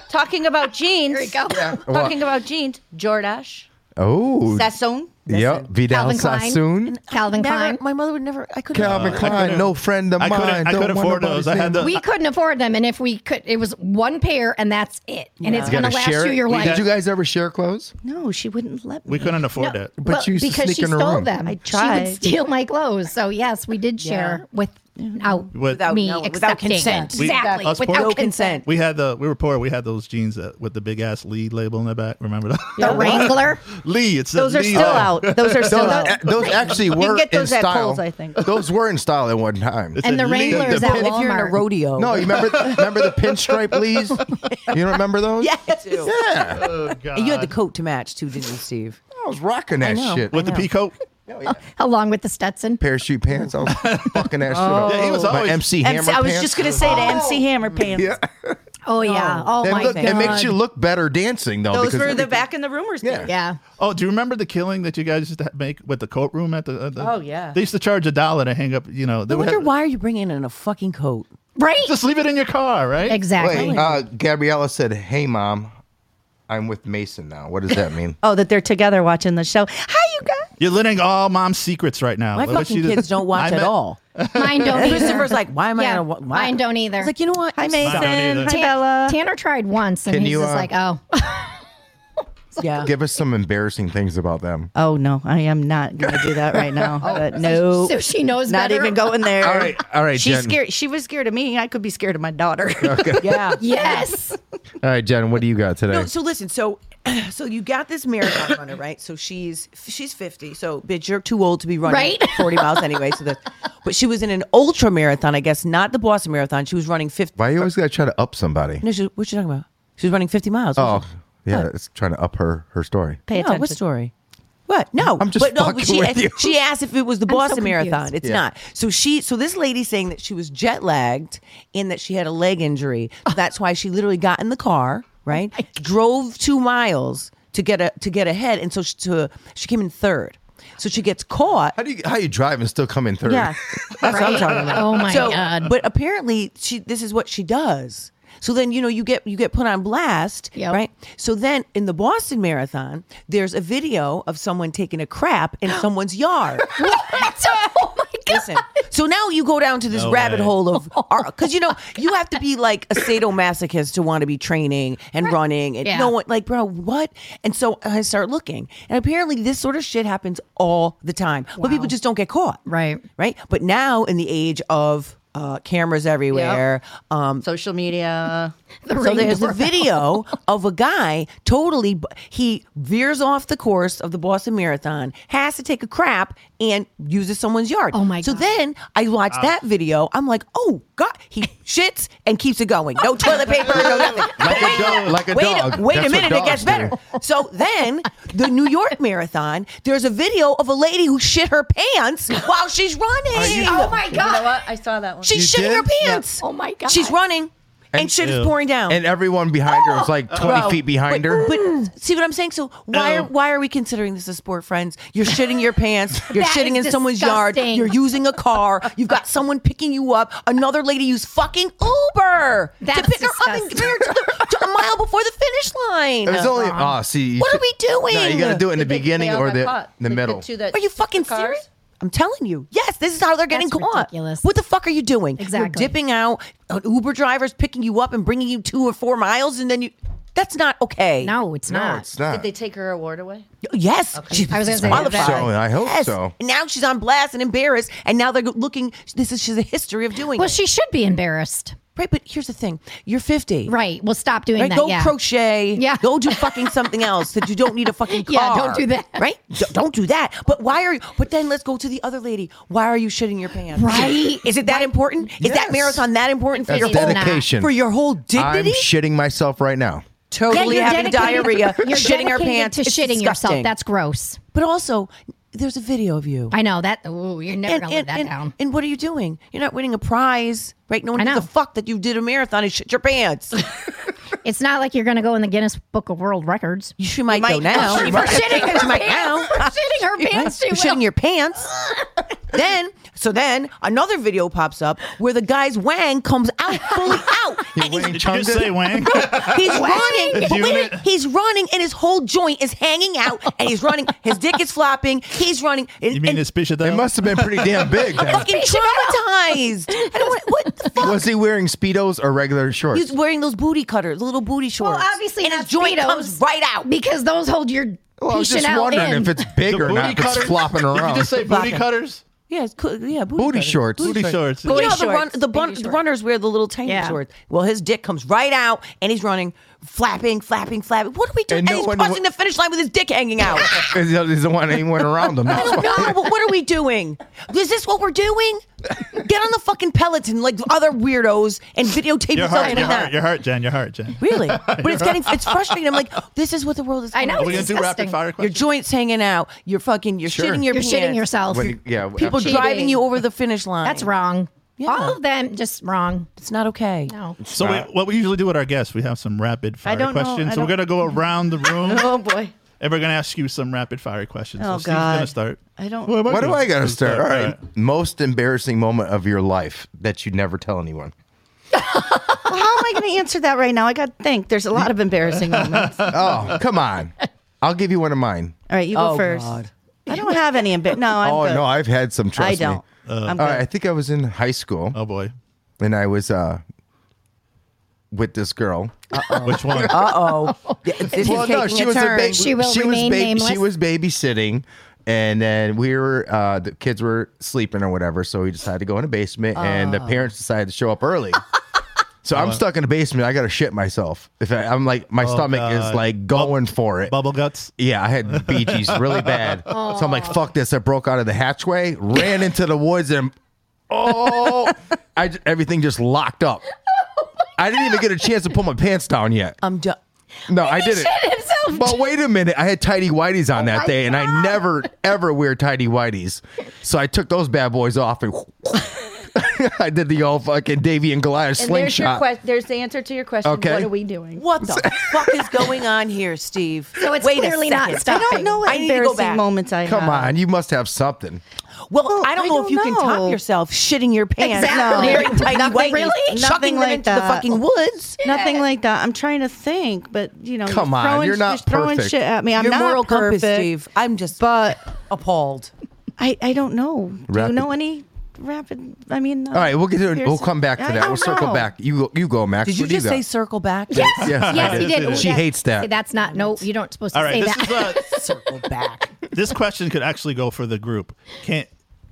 talking about jeans. There you go. Oh, Yeah. Talking about jeans, Jordash. Oh, Sassoon. yep. Vidal Calvin Klein. Sassoon. Calvin Never, Klein. my mother would never. I couldn't. Calvin Klein, no friend of I Uh, couldn't- mine. I Don't couldn't want afford nobody's those. I had name. the- we couldn't afford them, and if we could, it was one pair, and that's it, and it's You gonna gotta last share you it? your life. Did you guys ever share clothes? No, she wouldn't let me. We couldn't afford it. But Well, you used to because sneak she in her stole room. them. I She tried. would steal my clothes. So yes, we did share Mm-hmm. without Without me knowing- without accepting. consent. We- Exactly, us poor- without No consent. We had the we were poor. We had those jeans that, with the big ass Lee label in the back. Remember that? The Wrangler. Lee. It's Those are Lee. still out. Those are still Those, out. a- those actually can were get those in at style. Kohl's, I think. Those were in style at one time. It's And a the Lee- Wranglers the at pin- If you're in a Walmart. rodeo, No, you remember remember the pinstripe lees? You don't remember those? Yeah. I do. Yeah. Oh, God. And you had the coat to match too, didn't you, Steve? I was rocking that know. shit. with the peacoat. along with the Stetson. parachute pants. I was fucking that shit up. Yeah, he was My always- MC Hammer MC, I was pants. just gonna say the MC Hammer pants. Yeah. Oh yeah. Oh It my look- god. it makes you look better dancing though. Those because were the everything- back in the rumors. Yeah. days. Yeah. Oh, do you remember the killing that you guys used to make with the coat room at the? Uh, the Oh, yeah. They used to charge a dollar to hang up. You know, they I would wonder have- why are you bringing in a fucking coat? Right. Just leave it in your car, right? exactly. Wait, uh, Gabriella said, "Hey, mom, I'm with Mason now." What does that mean? Oh, that they're together watching the show. Hi, you guys. You're learning all mom's secrets right now. My What she fucking did- kids don't watch I at met- all. Mine don't either. Christopher's like, why am I? Yeah, Gonna, wa- why? mine don't either. It's like you know what? Hi, I'm Mason. stuck. either. Hi, Tan- Bella. Tanner tried once, and Can he's you, just uh, like, "Oh, Yeah. Give us some embarrassing things about them. Oh no, I am not gonna do that right now. But no, Oh, so she knows not better. even going there. All right, all right, She's Jen. scared. She was scared of me. I could be scared of my daughter. Yeah. Yes. All right, Jen, what do you got today? No, so listen, so so you got this marathon runner, right? So she's she's fifty. So bitch, you're too old to be running Right? forty miles anyway. So that, but she was in an ultra marathon, I guess, not the Boston Marathon. She was running fifty. Why you always gotta try to up somebody? No, she, what you talking about? She was running fifty miles. Oh, wasn't yeah, it's trying to up her her story. Pay she? no, attention. what story? What? No, I'm just but no, fucking but she, with you. she asked if it was the so Boston confused. Marathon. It's Yeah. not. So she, so this lady saying that she was jet lagged and that she had a leg injury. That's why she literally got in the car, right? drove two miles to get a to get ahead, and so she, to, she came in third. So she gets caught. How do you how you drive and still come in third? Yeah, that's what I'm talking about. Oh my So, god. But apparently, she this is what she does. So then you know you get you get put on blast, Yep. right? So then in the Boston Marathon, there's a video of someone taking a crap in someone's yard. What? Oh my god. Listen. So now you go down to this No rabbit way. hole of because you know you have to be like a sadomasochist to want to be training and running and Yeah. no one like bro what and so I start looking and apparently this sort of shit happens all the time but people just don't get caught Right. right but now in the age of uh, cameras everywhere um, Social media. The so ring there's a doorbell. video of a guy totally b- he veers off the course of the Boston Marathon, has to take a crap and uses someone's yard. Oh, my So God. then I watch that Uh. video. I'm like, oh god, he shits and keeps it going. No toilet paper, no nothing. Like a dog. Like a Wait, dog. a, wait a That's what minute, it dogs gets better. do. So then, the New York Marathon, there's a video of a lady who shit her pants while she's running. Oh my You know god. what? I saw that one. She's You shitting her did? Yeah. pants. Oh my god. She's running, and, shit Ew. is pouring down. And everyone behind her was like 20 Bro, feet behind but- her. Oh. But Mm. see what I'm saying? So why are No. why are we considering this a sport, friends? You're shitting your pants. You're That shitting in is someone's yard. disgusting. You're using a car. You've got someone picking you up. Another lady used fucking Uber to That's pick her up and disgusting. bring her to, the, to a mile before the finish line. It was only ah. see, you What are should- we doing? No, you got to do it in the They- they beginning all or got the caught. the Like middle. two that- Are you the fucking cars. serious? I'm telling you. Yes, this is how they're getting That's caught. ridiculous. What the fuck are you doing? You're Exactly. dipping out. An Uber driver's picking you up and bringing you two or four miles, and then you. That's not okay. no, it's No, not. it's not. Did they take her award away? Yes, she's I was gonna say disqualified. that. So, I hope Yes. so. And now she's on blast and embarrassed, and now they're looking. This is she's a history of doing Well, it. she should be embarrassed. right, but here's the thing: you're 50. Right. Well, stop doing Right, that. go yeah. crochet. Yeah. go do fucking something else that you don't need a fucking car. Yeah, don't do that. Right, D- don't do that. But why are? you But then let's go to the other lady. Why are you shitting your pants? Right. Is it that important? Is Yes. that marathon that important for That's your not. dedication. whole for your whole I'm dignity? shitting myself right now. totally you're having dedicated- diarrhea, You're shitting her dedicated pants, to It's shitting disgusting. yourself. That's gross. but also there's a video of you. I know that. Ooh, you're never gonna live that and, down. and what are you doing? You're not winning a prize, right? No one I gives a know. fuck that you did a marathon and shit your pants. It's not like you're gonna go in the Guinness Book of World Records. You- she might, go might- now. She might- shitting her She might pants. now. For shitting her Right? pants, she You're shitting will. your pants. then So then another video pops up where the guy's wang comes out fully out. and Wang he's, Chung did you say Wang? he's running. But Did you wait mean- a minute, he's running and his whole joint is hanging out and he's running. His dick is flopping. He's running. And, You mean and this bishop? It must have been pretty damn big. I'm Then. fucking traumatized. I don't want, what the fuck? Was he wearing speedos or regular shorts? He's wearing those booty cutters, the little booty shorts. Well, obviously, and his not joint Speedos, comes right out. because those hold your Well, I was patient just out wondering in. if it's big or not. if It's flopping Did you around. just say booty Flopping. cutters? Yeah, it's cool. Yeah, booty, Booty cutters. shorts. Booty shorts. You know how the, shorts. run, the, bun, Booty the shorts. runners wear the little tiny Yeah. shorts. Well, his dick comes right out, and he's running, flapping, flapping, flapping. What do we do? And And, no he's one- crossing the finish line with his dick hanging out. He doesn't want anyone around him. I That's don't why. know. But what are we doing? Is this what we're doing? Get on the fucking Peloton like other weirdos and videotape Your yourself heart, like your heart, that. your heart, Jen. Your heart, Jen. Really? But it's getting it's frustrating. I'm like, this is what the world is. I know. Are It's we gonna do rapid disgusting. fire Your questions? joints hanging out. You're fucking. You're Sure. shitting your You're shitting pants. yourself. When- yeah, People absolutely. driving you over the finish line. That's wrong. Yeah. All of them just wrong. It's not okay. No. So we, what we usually do with our guests, we have some rapid fire don't know. questions. I So we're gonna go don't- around the room Oh boy. and we're gonna ask you some rapid fire questions. Oh, so Steve's gonna God. start. I don't- What am What do doing? I got to Let's start? All right. All right. Most embarrassing moment of your life that you'd never tell anyone. Well, how am I going to answer that right now? I got to think. There's a lot of embarrassing moments. All Oh, come on. I'll give you one of mine. right, you go Oh, first. God. I don't have any embarrassing. No, I'm oh, good. no, I've had some trust. I me. Uh, don't. I'm good. All right. I think I was in high school Oh boy. and I was uh, with this girl. Which one? Uh oh. This well, is no, taking she a was a turn. baby. She will remain nameless. She was babysitting, and then we were uh, the kids were sleeping or whatever, so we decided to go in the basement, and the parents decided to show up early. So I'm stuck in the basement. I gotta shit myself. If I, I'm like, my stomach is Oh, God. like going for it. Bubble guts. Yeah, I had Bee Gees really bad. So I'm like, fuck this. I broke out of the hatchway, ran into the woods, and oh, I, j- everything just locked up. I didn't even get a chance to pull my pants down yet. I'm done. No, I didn't. himself. But wait a minute, I had tidy whities on that my day, and I God. never ever wear tidy whities. So I took those bad boys off, and I did the old fucking Davy and Goliath And there's your slingshot. que- there's the answer to your question. Okay. What are we doing? What the fuck is going on here, Steve? So it's Wait a clearly not second. I stopping. don't know what I need to go embarrassing back. moments I Come have. on, you must have something. Well, I don't I know if don't you can know. top yourself shitting your pants, Exactly. wearing tiny Nothing- whities, really? chucking Nothing them like into the that. fucking woods. Nothing like that. I'm trying to think, but you know, Come you're on, throwing, you're not throwing perfect. shit at me. I'm Your not moral perfect, compass, Steve. I'm just But appalled. I, I don't know. Do Rapid. you know any rapid? I mean, uh, All right, we'll get to it. We'll embarrassing- come back to I that. We'll don't circle know. back. You go, you go, Max. Did you What do just got? say circle back? Yes. Yes, Yes, I he did. did. Ooh, She hates that. See, that's not. No, you don't supposed to All right. say This that. is uh, Circle back. this question could actually go for the group. Can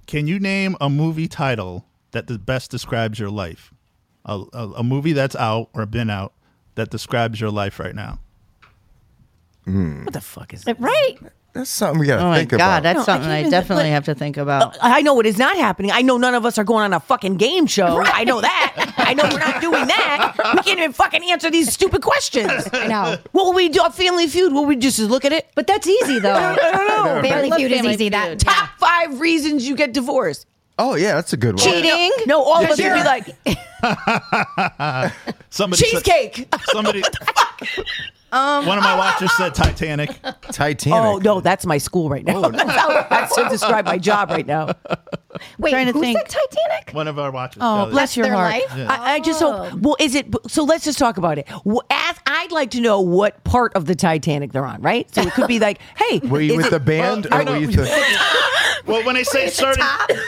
can you name a movie title that the best describes your life? A, a, a movie that's out or been out that describes your life right now. What the fuck is that? right. That's something we gotta Oh my think god, about. that's No, I something can't I, even- definitely but- have to think about. I know it is not happening. I know none of us are going on a fucking game show. I know that. I know we're not doing that. We can't even fucking answer these stupid questions. I know. What will we do? A family feud? Will we just look at it? But that's easy though. Family Love feud is Family easy. Feud. That Top five reasons you get divorced. oh yeah, that's a good one. Cheating? No, all of us would be Sure. like Somebody said- cheesecake. somebody. one of my watchers said Titanic. Titanic. Oh no, that's my school right Oh, now. That's how that's to describe my job right now. wait, trying to who think. said Titanic? One of our watchers. Oh, Kelly. bless your their heart. life? Yeah. I, I just hope. Well, is it? So let's just talk about it. Wh- As, I'd like to know what part of the Titanic they're on, right? So it could be like, hey, Were you is with it- the band Well, or no. were you the? Well, when they say starting,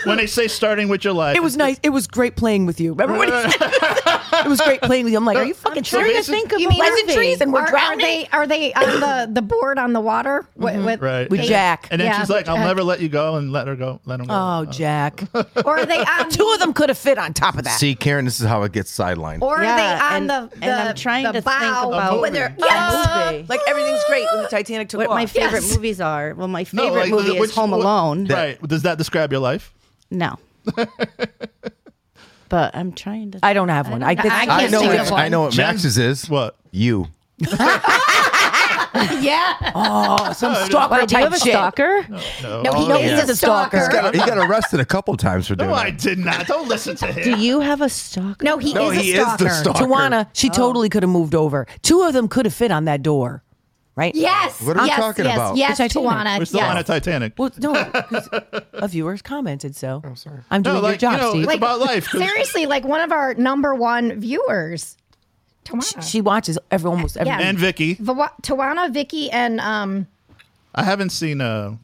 when they say starting with your life, It was nice. It was great playing with you. Remember when he said it was great playing with you? I'm like, are you fucking trying to serious? think of pleasantries and are, we're are drowning? they are they on the the board on the water? What, what, right With And- Jack. And then Yeah, she's like, with "I'll Jack. never let you go," and let her go, let him go. Oh, Jack. Or are they on Two of them could have fit on top of that. See, Karen, this is how it gets sidelined. Or Yeah, are they on and- the, the and I'm trying the to think bow about- when A they're Yes. A movie. Like everything's great when the Titanic took What off. my favorite Yes. movies are? Well, my No, favorite like, movie which- is Home what- Alone. Right? Does that describe your life? No, but I'm trying to. I don't have one. I, think I I can't know. think What, of I one. know what Jen- Max's is. What? you? yeah. Oh, some stalker Do you type have a shit. stalker? No, he no, is he's a stalker. He got, he got arrested a couple times for doing No, I that. did not. Don't listen to him. Do you have a stalker? No, he No, is he a is stalker. the stalker. Tawana, she totally could have moved over. Two of them could have fit on that door. right? Yes. What are we yes, talking yes, about? Yes, The Titanic. Tawana. We're still yes. on a Titanic. Well, no, 'cause a viewer commented, so I'm Oh, sorry. doing no, like your job, you know, Steve. it's about life. 'cause Seriously, like one of our number one viewers, Tawana. she watches every, almost every. Yeah. and Vicky, Va- Tawana, Vicky, and um, I haven't seen uh,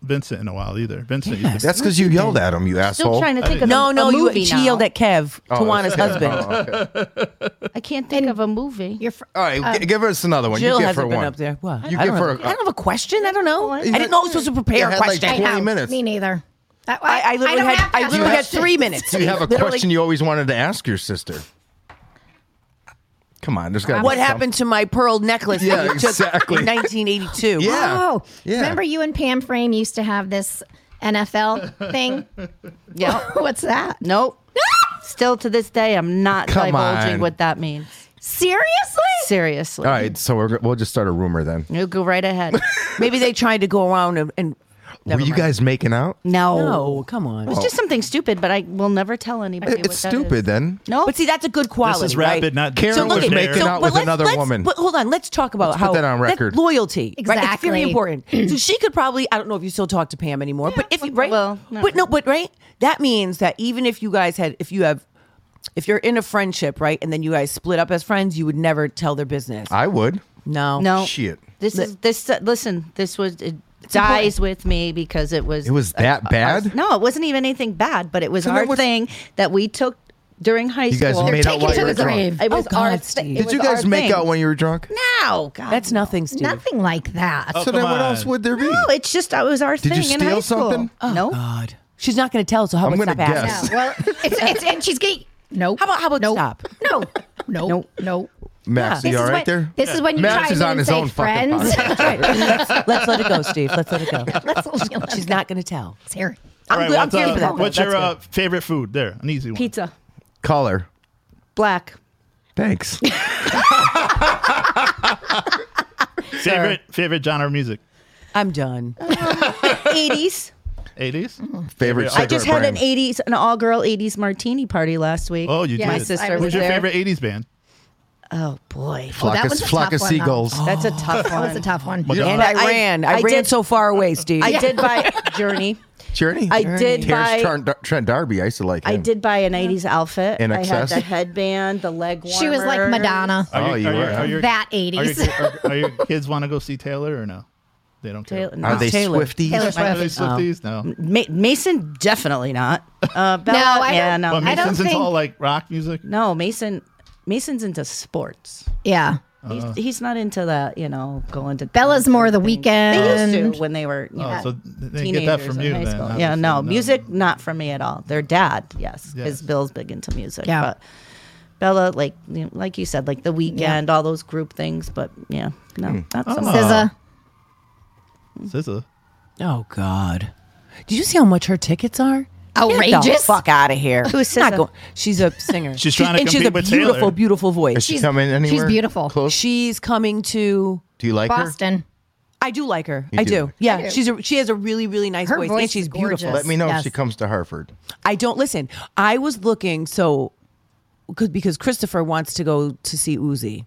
Vincent in a while either. Vincent, used to- That's because you yelled at him, you Still asshole. trying to think of No, a, no, a you movie she now. yelled at Kev, Oh, Tawana's okay. husband. Oh, okay. I can't think of a movie. your fr- oh, All right, g- give us another one. Jill you give her hasn't been one. up there. What? You I, give don't her. have, I don't have a question. I don't know. I You didn't had- know I was supposed to prepare you a had, like, question. I know, 20 minutes. Me neither. I, I, I literally don't had have I literally had questions. three minutes. Do you have a Literally. question you always wanted to ask your sister? Come on, there's got. What happened to my pearl necklace? Yeah, that you took exactly. In 1982. Yeah. Oh, Yeah. remember you and Pam Frame used to have this NFL thing? Yeah. What's that? Nope. Still to this day, I'm not Come divulging on. what that means. Seriously? Seriously. All right, so we're, go- we'll just start a rumor then. You go right ahead. Maybe they tried to go around and. and Were you guys Oh, making out? No. no, come on. It's just something stupid, but I will never tell anybody. It's what that is. stupid then. No. But see, that's a good quality. this is rapid, right? not Karen So was look at- making so- out but with let's- another let's- woman. But hold on, let's talk about Let's put how that on that's record. loyalty, right? It's very Exactly. important. so she could probably—I don't know if you still talk to Pam anymore, but if you right, well, no. but no, but right, that means that even if you guys had, if you have, if you're in a friendship, right, and then you guys split up as friends, you would never tell their business. I would. no, No. Shit. This is this. Uh, listen, this was it dies with me because it was. It was that bad? ours- no, it wasn't even anything bad, but it was So our then what- thing that we took during high You guys school. made out Take it while to you were the drunk. grave. It was Oh, God, our Steve. thing. Did Did you guys make out when you were drunk? No, God, that's nothing, Steve. Nothing like that. so then, come what else on. would there be? No, it's just it was our Did you thing in high steal school. something? No, Oh, God, she's not going to tell. So how I'm about gonna stop asking? guess. No, well, it's, it's and she's gay. Nope. How about- how about nope. stop? No. No. No. No. Max, Yeah. you all is right when, there? This is when you Max try is and on his say own fucking friends. podcast. Right. let's, let's let it go, Steve. Let's let it go. Let's let's She's not going to tell. hear it. I'm All right, good. what's, I'm good uh, for that. What's That's your good. uh, favorite food? There, an easy one. pizza, Caller. black. Thanks. Favorite favorite genre of music? I'm done. 80s. Eighties. Favorite I cigarette I just had an brand? 80s, an all girl 80s martini party last week. Oh, you Yes, did. my I sister was Who's was your there. favorite eighties band? Oh boy, Flock that of- was a flock tough of one, though. seagulls. that's a tough That was a one. tough one. And I, I- ran. I, I ran did- so far away, Steve. I did buy Journey. Journey. I did Here's buy. Trent, Trent Darby. I used to like him. I did buy an 80s outfit. In I had excess? the headband, the leg warmer. She was like Madonna. Are Oh, you are were, are huh? your- That Are 80s. your, are, are your kids want to go see Taylor or no? They don't care. Taylor- Are no. they Taylor. Swifties? Taylor Are they Swift. Swifties? No. Ma- Mason definitely not. Uh, Bella, No, I yeah, don't- no. But I don't Mason's into think- all like rock music. No, Mason. Mason's into sports. Yeah. He's, he's not into that, you know, going to. Bella's more the They weekend. used to when they were, you know, Oh, so they teenagers get that from in you. high Then, school. obviously. yeah, no, music not for me at all. Their dad, yes, Yes. because Bill's big into music. Yeah. but Bella, like you know, like you said, like the weekend, all those group things. But yeah, no, not so much. SZA. SZA. Oh God! Did you see how much her tickets are? Get the Outrageous. fuck out of here! Who's SZA? she's a singer. She's trying to and she's a compete with beautiful, Taylor. beautiful Is voice. she She's- coming she's anywhere? beautiful. Close? She's coming to. Do you like her? Boston. I do like her. do I do. like her. Yeah, she's a, she has a really really nice Her voice, voice and is she's beautiful. gorgeous. Let me know if Yes. she comes to Hartford. I don't listen. I was looking so 'cause- because Christopher wants to go to see Uzi.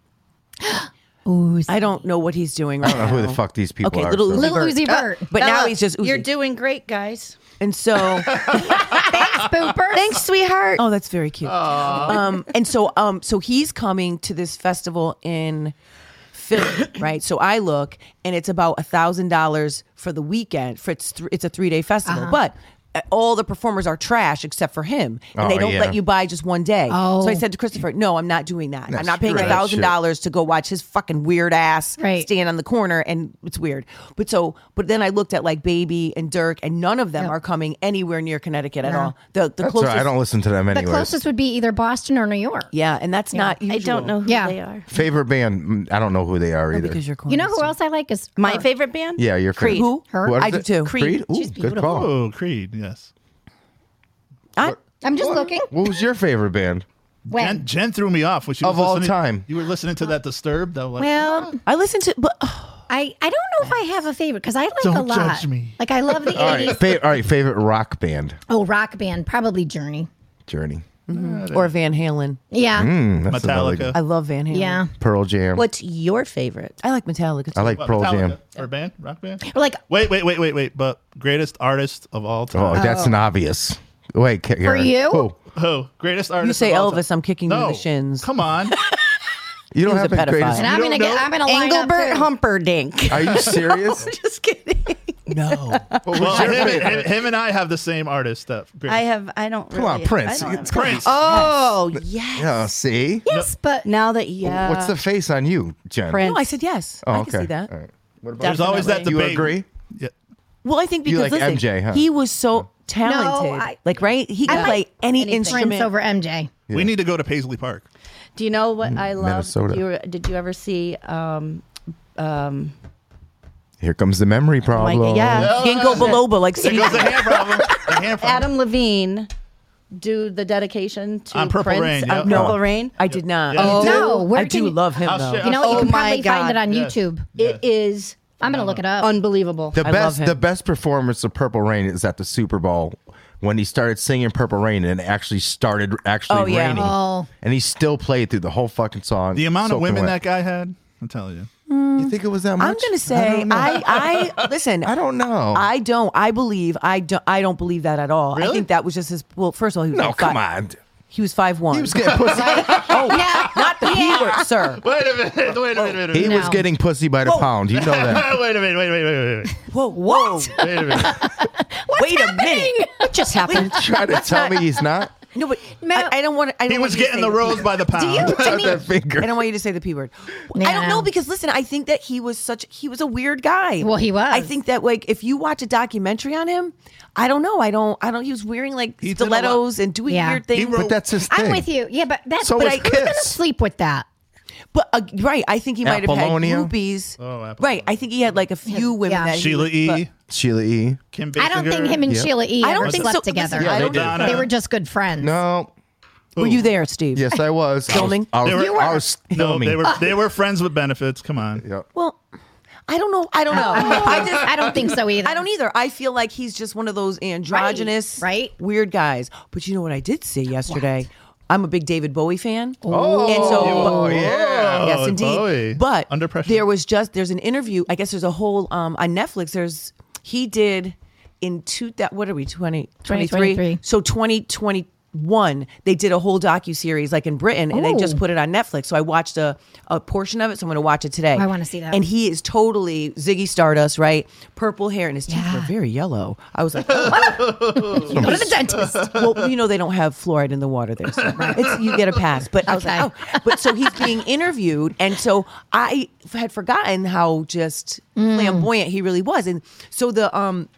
Ooh, I don't know what he's doing right now. I don't know who the fuck these people Okay, are. little so- Uzi Little Vert. Uzi Vert. But now Bella, he's just Uzi. You're doing great, guys. and so Spooper. Thanks, sweetheart. Oh, that's very cute. Um, and so, um, so he's coming to this festival in Philly, right? So I look, and it's about a thousand dollars for the weekend. For it's th- it's a three day Uh-huh. festival, but uh but. All the performers are trash except for him, and Oh, they don't yeah. let you buy just one day. Oh. So I said to Christopher, "No, I'm not doing that. I'm not paying screw a that thousand dollars to go watch his fucking weird ass Right. stand on the corner, and it's weird." But so, but then I looked at like Baby and Dirk, and none of them are coming anywhere near Connecticut at all. The the That's all right, closest I don't listen to them The anyway. closest would be either Boston or New York. yeah, and that's not. Usual. I don't know who Yeah. they are. Favorite band? Mm, I don't know who they are either. because you're corny. You know who else I like is My her. favorite band? yeah, your Creed. favorite. Who? Her? What is I do it? too. Creed. Ooh, She's good beautiful. call. Oh, Creed. Yes. I, I'm just looking. What was your favorite band? Jen, When? Jen threw me off when she Of was all listening- time. You were listening to that Disturbed. I was like, Well, I listen to, but oh, I, I don't know if I have a favorite because I like a Don't lot. judge me. Like I love the All right, 80s. fa- all right. Favorite rock band? Oh, rock band, probably Journey. Journey. or Van Halen. Yeah. Mm, that's another good- eh, Metallica. I love Van Halen. Yeah. Pearl Jam. What's your favorite? I like Metallica. Too. I like What, Pearl Metallica? Jam. Or band? Rock band? Or like Wait, wait, wait, wait, wait. But greatest artist of all Oh, time. that's an obvious. Wait, Ka- Karen. you? Whoa. Who? Greatest artist You say of all Elvis, time. I'm kicking you in the shins. Come on. you don't was have a the greatest. pedophile. and I'm don't gonna get know? I'm gonna line up Engelbert too. Humperdinck. Are you serious? Just kidding. no. well, him, him, him and I have the same artist. uh, That I have. I don't. Come on, really- Prince. I don't It's have- Prince. Oh yes. yeah, see? Yes, but Now that yeah. What's the face on you, Jen? Prince. No, I said yes. Oh, I okay. can see that. All right. What about There's Oh, always that you debate. agree? Yeah. Well, I think You because like listen, MJ, huh? he was so talented. I- like, right? He could like play any anything. instrument. Prince over MJ. We need to go to Paisley Park. Do you know what I love? Minnesota. did you ever see? Um, Here comes the memory problem. like, yeah, Oh, Ginkgo biloba, like There Stevie. goes the hand problem. The hand problem. Adam Levine do the dedication to On Purple Prince Rain, on yeah. Purple Rain. I did not. Yeah. I No, do- where Oh, I can do you- love him I'll though. share- You know, what? you Oh can my probably find God. it on Yes. YouTube. It is I'm gonna look it up. unbelievable. The I love best him. the best performance of Purple Rain is at the Super Bowl when he started singing Purple Rain and it actually started actually Oh, yeah. raining. Oh. And he still played through the whole fucking song. The amount of soaking women that wet. guy had, I'm telling you. You think it was that much? I'm gonna say don't know. I, I listen. I don't know. I don't. I believe. I don't. I don't believe that at all. I Really? think that was just his. Well, first of all, he was No, like come five, on. He was five one. He was getting pussy. Oh, yeah. not the B word, sir. Wait a minute. Wait a minute. He was getting pussy by the Oh. pound. You know Oh, that. wait a minute. Wait, wait, wait, wait, Whoa, whoa. wait. Wait a minute. Wait a minute. What just happened? Try to tell me he's not. No, but I, I don't want. to I He don't want was you to getting say the rose by the pound. Do you Cut I mean, that finger. I don't want you to say the p word. I Yeah. don't know because listen, I think that he was such he was a weird guy. Well, he was. I think that like if you watch a documentary on him, I don't know. I don't. I don't. He was wearing like He did a lot- stilettos and doing Yeah. weird things. wrote- But that's his thing. I'm with you. Yeah, but that's So but was I, who's gonna Kiss. sleep with that? But uh, right, I think he might have had Apollonia? groupies. Apollonia. right, I think he had like a few women. Yeah. That he Oh, Sheila was- E. Sheila E. Kim Basinger. I don't think him and Yeah. Sheila E. I don't ever think slept so. together. Listen, I they don't did. think- Donna. they were just good friends. No. Were you there, Steve? Yes, I was. I was- Filming? I was, They were- I was No, filming. they were they were friends with benefits. Come on. Yeah. Well, I don't know. I don't know. I I, just. don't think so either. I don't either. I feel like he's just one of those androgynous, Right, right. weird guys. But you know what I did see yesterday? I'm a big David Bowie fan. Oh, and so, oh, yeah. yes, indeed. Bowie. But Under pressure. there was just there's an interview. I guess there's a whole um on Netflix. There's he did in two that what are we 20, 23? 2023. So twenty twenty one, they did a whole docu series like in Britain, and they just Oh. put it on Netflix. So I watched a, a portion of it. So I'm going to watch it today. I wanna see that. And he is totally Ziggy Stardust, right? Purple hair, and his teeth Yeah. were very yellow. I was like, oh, Go to the dentist. well, you know they don't have fluoride in the water there, so it's, you get a pass. But I was like, Okay. oh, but so he's being interviewed, and so I f- had forgotten how just Mm. flamboyant he really was, and so the um.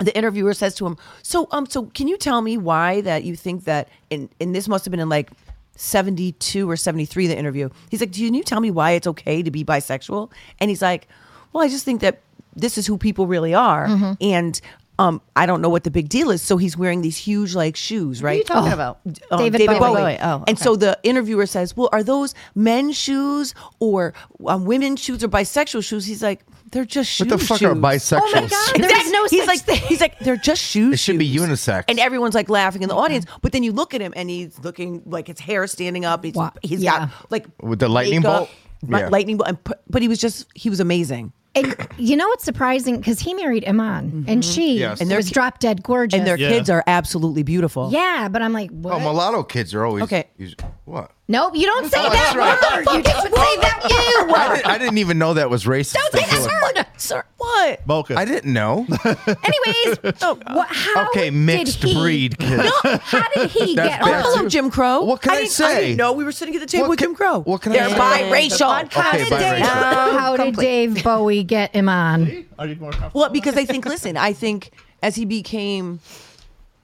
The interviewer says to him, "So, um, so can you tell me why that you think that? And and this must have been in like seventy two or seventy three. The interview. He's like, "Can you tell me why it's okay to be bisexual?" And he's like, "Well, I just think that this is who people really are, Mm-hmm. and um, I don't know what the big deal is." So he's wearing these huge like shoes, right? What are you talking about? um, Oh. David David, Bowie. Bowie. Bowie, oh, And okay. so the interviewer says, "Well, are those men's shoes or um, women's shoes or bisexual shoes?" He's like, "They're just shoes." What the fuck are shoes." bisexuals? Oh my God. There's There's no he's such like thing. he's like they're just shoes. It should be shoes." unisex. And everyone's like laughing in the audience, but then you look at him and he's looking like his hair standing up. He's, Wow. he's Yeah. got like With the lightning makeup, bolt? li- Yeah. lightning bolt. and pu- But he was just he was amazing. And you know what's surprising? Because he married Iman, Mm-hmm. and she Yes. and And they're- was drop dead gorgeous. And their kids are absolutely beautiful. yeah, but I'm like, what? Oh, mulatto kids are always. Okay. us- What? nope, you don't say Oh, that that's right. word. You just would say that you. I didn't, I didn't even know that was racist. Don't say until- that word. Sir, what? Boca. I didn't know. Anyways, oh, what, how Okay, did mixed he- breed kids. How did he That's get bad on? too. Hello, Jim Crow. What can I didn't, I say? didn't know we were sitting at the table What with can- Jim Crow. what can I They're say? biracial. Okay, biracial. How did Dave Bowie get Iman? Are you more comfortable? Well, because I think, listen, I think as he became,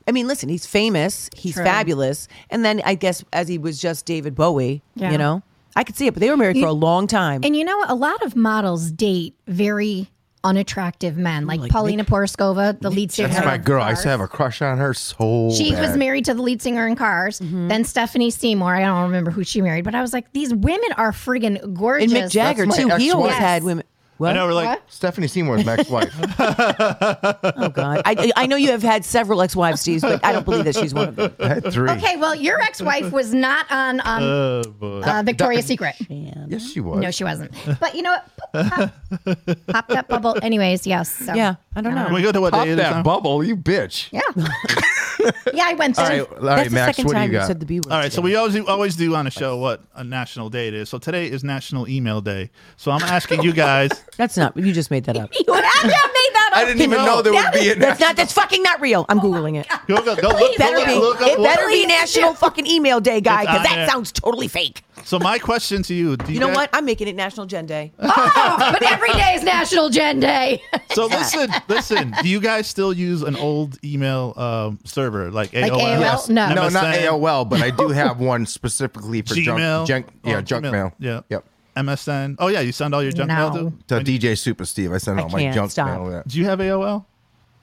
I mean, listen, he's famous, he's True. fabulous, and then I guess as he was just David Bowie, Yeah. you know, I could see it, but they were married for a long time. And you know, what? a lot of models date very unattractive men, like, Paulina Poroskova, the lead singer. That's my of girl. I used to Cars. have a crush on her so She bad. was married to the lead singer in Cars. Mm-hmm. Then Stephanie Seymour. I don't remember who she married, but I was like, these women are friggin' gorgeous. and Mick Jagger my too. He ex-wife. always Yes. had women. I know we're like, What? Stephanie Seymour's my ex-wife. Oh God! I, I know you have had several ex-wives, Steve, but I don't believe that she's one of them. I had three. Okay, well, your ex-wife was not on um, Oh, uh, Victoria's Secret. Yes, she was. No, she wasn't. But you know what? Pop, pop that bubble. Anyways, yes. so- Yeah, I don't can we know. go to what Pop day it is that now? bubble, you bitch. Yeah. yeah, I went through. All right, all That's right, the Max. second What do time you got? said the B word. All right, so we always always do on a show what a national day it is. So today is National Email Day. So I'm asking you guys. That's not. You just made that up. You have made that I up. didn't even know there would be a That's not. That's fucking not real. Oh I'm googling it. Go, go, go, look, go, Better look, be. look up It what- better be National Fucking Email Day, guy, It's because on that there. sounds totally fake. So my question to you: do You know guys- what? I'm making it National Gen Day. Oh, but every day is National Gen Day. So listen, listen. Do you guys still use an old email um, server like AOL? AOL? Yes. No. No, not MSN? AOL, but I do have one specifically for Gmail, junk, junk yeah, Oh, junk Gmail. mail. Yeah. Yep. MSN. Oh yeah, you send all your junk mail No. To to. DJ Super Steve, I sent I all my can't junk stop. mail. Yeah. Do you have AOL?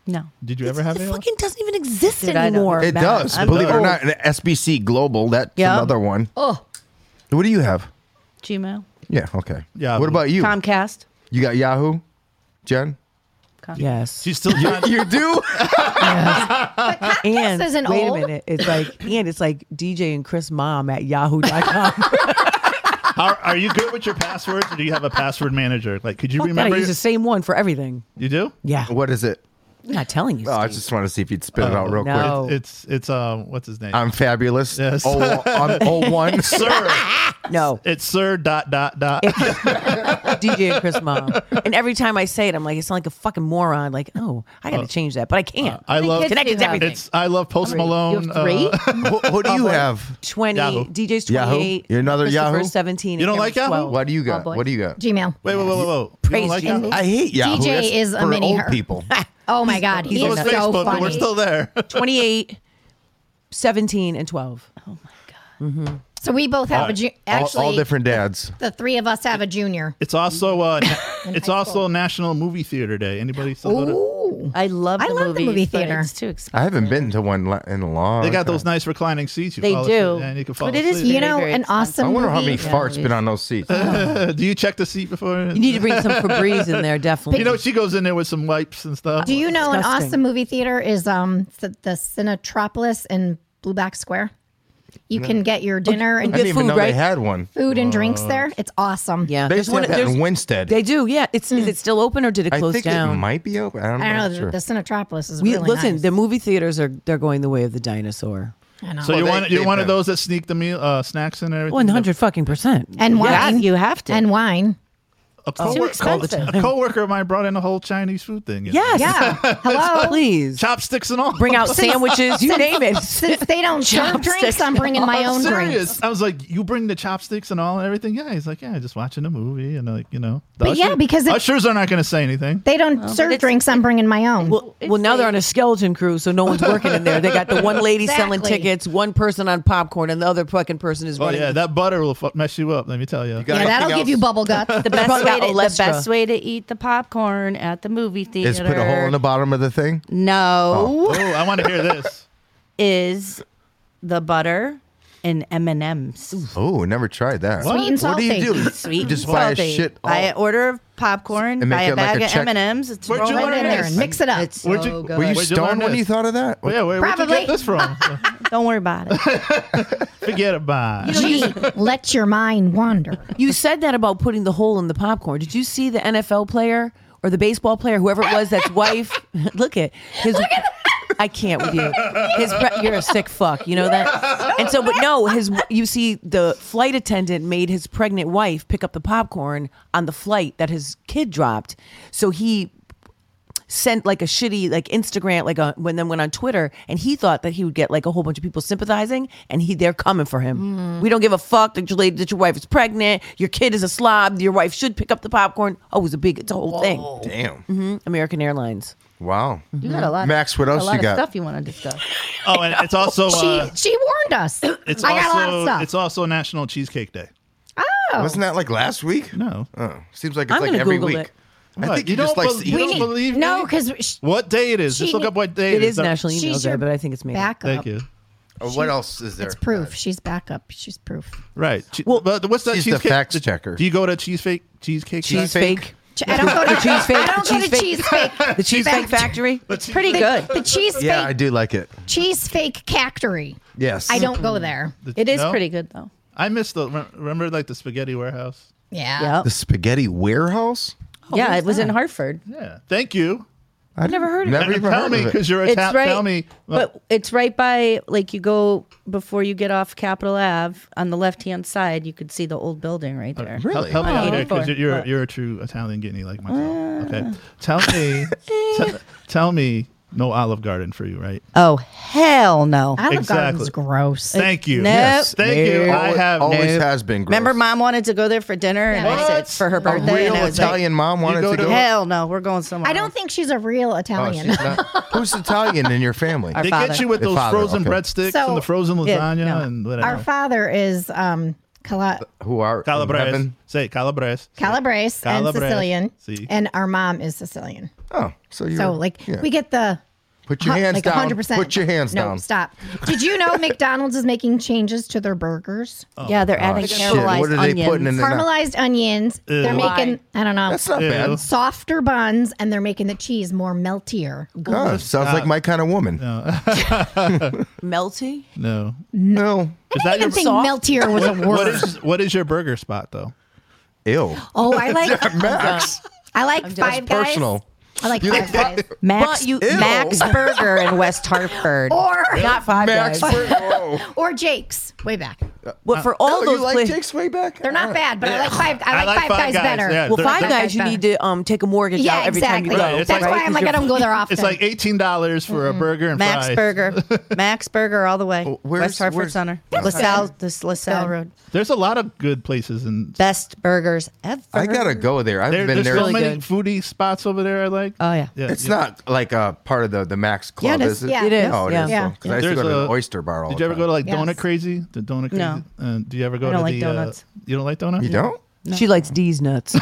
No. Did you ever have It AOL? fucking doesn't even exist Dude, I don't- anymore. It Matt. does, I'm believe it or old. not. The SBC Global, that's Yeah. another one. Oh, What do you have? Gmail. Yeah, okay. Yeah, What but- about you? Comcast. You got Yahoo, Jen? Yes. She's still trying. You do? And isn't wait old. a minute. It's like and it's like DJ and Chris Mom at Yahoo.com. are, are you good with your passwords, or do you have a password manager? Like, could you Remember, remember? I use the same one for everything. you do? Yeah. what is it? I'm not telling you. Oh, I Steve. just want to see if you'd spit it Oh, out real quick. no. It's it's um what's his name? I'm fabulous. Yes. Oh, I'm oh one. sir. no. It's sir dot dot dot. DJ and Chris Mom. And every time I say it, I'm like, it's like a fucking moron. Like, oh, I got to change that, but I can't. uh, I love kids Connected do to have- everything. it's I love Post Malone. You have three? uh, what, what do you have? 20, Yahoo. DJ's Yahoo? 28. You're another Christopher's Yahoo? 17. You don't and like Cameron's Yahoo? 12. What do you got? boy. Uh, what do you got? Gmail. wait, wait, wait, wait, wait. You don't Praise like Jesus. Yahoo? I hate Yahoo. DJ That's is a for mini old her. people. Oh my God, he He's So on is is so Facebook, but we're funny. still there. 28, 17, and 12. so we both have a ju- All, actually all different dads. the three of us have a junior. It's also uh, na- it's high also school. National Movie Theater Day. Anybody still go to? Ooh, I love the I love the movies, movie but theater. It's too expensive. I haven't been to one la- in a long. They got time. those nice reclining seats. You They fall do. asleep- and you can fall But it is asleep. you know, very an expensive. awesome. I wonder how many movie. farts been on those seats. Uh, do you check the seat before? You need to bring some Febreze in there, definitely. You know, she goes in there with some wipes and stuff. Do you know an Disgusting. awesome movie theater is um the, the Cinetropolis in Blueback Square? You can get your dinner I and uh, didn't even food, know they right? had one. food and drinks there. It's awesome. yeah. They There's just had one, that there's, in Winstead. they do, yeah. It's Is it still open or did it I close think down? it might be open. I don't, I don't know. know. Sure. The, the Cinetropolis is we, really listen, nice. the movie theaters are they're going the way of the dinosaur. I know. So you're they- one you're they've one of done- those that sneak the meal uh, snacks and everything. One hundred fucking percent. and Yeah, wine. you have to. And wine. A, too coworker, expensive. a coworker of mine brought in a whole Chinese food thing. you know. Yes. Yeah. Hello. Please chopsticks and all. bring out sandwiches. You name it. Since they don't serve drinks, I'm bringing my I'm own serious. drinks. I was like, you bring the chopsticks and all and everything. Yeah, he's like, yeah, just watching a movie and like, you know. The But yeah, because it- ushers are not going to say anything. They don't serve it's- drinks. I'm bringing my own. Well, well, now they're on a skeleton cruise, so no one's working in there. They got the one lady selling Exactly. tickets, one person on popcorn, and the other fucking person is Oh running. yeah, that butter will fu- mess you up. Let me tell you. got yeah, that'll anything give you else? bubble guts. The best, probably way got to, the Olestra. best way to eat the popcorn at the movie theater Is put a hole in the bottom of the thing? no oh, I want to hear this. is the butter and M and M's. Oh, never tried that. What? Sweet and What do salty. you do? Sweet, You just and buy a salty. shit. Buy all- an order of popcorn. And make Buy it a like a bag check- of M and M's. It's Where'd you roll Throw learn it it in there and mix it up. It's uh, Where'd so you- good. Were you Where'd you learn stoned when this? you thought of that? Well, yeah, where, where'd you Probably. get this from? Don't worry about it. Forget about it. Gee, let your mind wander. You said that about putting the hole in the popcorn. Did you see the NFL player or the baseball player, whoever it was, that's wife? Look at his. I can't with you. His pre- you're a sick fuck. You know that. And so, but no, his. You see, the flight attendant made his pregnant wife pick up the popcorn on the flight that his kid dropped. So he sent like a shitty like Instagram like a when then went on Twitter and he thought that he would get like a whole bunch of people sympathizing and he they're coming for him. We don't give a fuck that your lady that your wife is pregnant, your kid is a slob, your wife should pick up the popcorn. Oh, it was a big it's a whole thing. Mm-hmm. Mm-hmm. Damn. American Airlines. Wow. You got a lot. Max, what of, else Mm-hmm. a lot you of got? Stuff you want to discuss? Oh, and it's also uh, She she warned us. it's I got also a lot of stuff. Oh, it's also National Cheesecake Day. Wasn't that like last week? No, Oh, seems like it's I'm like gonna every Google week. it. I What? think he just don't likes bel- to eat you cheese. don't believe no, me? because What day it is? Just She look ne- up what day It is That- National Email she's Day, your but I think it's made. up. backup. Thank you. Oh, what else is there? It's proof. She's backup. She's proof. Right. Well, but what's that She's the cheesecake? facts checker. Do you go to cheesecake cheesecake? Cheese Factory? Cheesecake. fake? Ch- I don't go to The cheese fake- I don't the go to cheese cheesecake. The Cheesecake Factory. It's pretty good. The cheesecake Yeah, I do like it. cheesecake cactory. Yes. I don't go there. It is No? pretty good though. I miss the rem- remember like the spaghetti warehouse. Yeah. Yeah. The spaghetti warehouse? yeah, it was in Hartford. Yeah, thank you. I've never heard of Never tell me because you're a It's tap. right. Tell uh, me, But it's right by like you go before you get off Capitol Ave on the left hand side. You could see the old building right there. Uh, Really? Help, help me out Oh, Ah. here because for- you're, you're you're a true Italian guinea like myself. okay, tell me, te- tell me, no Olive Garden for you, right? Oh hell no! Olive Exactly. Garden's gross. Thank you. Nope. Yes. Thank you. I Always- have always no- has been. Gross. Remember, mom wanted to go there for dinner, and I said What? for her A a birthday. real and I was like, Italian mom wanted go to to- go. Hell no, we're going somewhere. I don't else. think she's a real Oh, Italian. she's not- who's Italian in your family? Our They father. get you with The those father, frozen okay. breadsticks So- and the frozen Yeah, lasagna no. and Our whatever. father is um cala- Who are in Calabrese. heaven? Say calabrese. Calabrese, and Calabrese. Sicilian, See. and our mom is Sicilian. Oh, so you. So like we get the Put your hu- hands like down. 100%. Put your hands no, down. Stop. Did you know McDonald's is making changes to their burgers? Yeah, they're adding Oh, Shit, caramelized what are they onions. putting in there? now? Caramelized onions. They're Ew. making I don't know That's not bad. softer buns, and they're making the cheese more meltier. Oh, sounds like my kind of woman. Melty. No. No. Is I that didn't your think meltier was a what word. is what is your burger spot though? Ew. oh, I like Max. I like five guys. Personal. I like five guys. Max, But you- Ew. Max Burger in West Hartford. Or Not five Max. guys. Wait, whoa. or Jake's way back. But for all Oh, those you like places, Jake's way back? They're not bad, but I like five. I like, five, guys, better. Yeah, well, they're- five they're- guys, you better. need to um take a mortgage Yeah, out every exactly. time you Right, go. it's That's like- why I'm like I don't go there often. It's like eighteen dollars for a burger and Max fries. Burger. Max Burger all the way. where's- West Hartford where's- Center. LaSalle, this LaSalle Good. Road. There's a lot of good places and Best burgers ever. I gotta go there. I've there, been there's there. so Really many good. foodie spots over there. I like. Oh, yeah. It's not like a part of the the Max Club, it is. is it? Yeah. It is. Oh, it is. Yeah. Because I used to There's go to the a- Oyster Bar all Did the you ever time. go to like Yes. Donut Crazy? The Donut Crazy. No. Uh, do you ever go I don't to like the? uh, donuts. you don't like donuts. You don't? She likes D's nuts.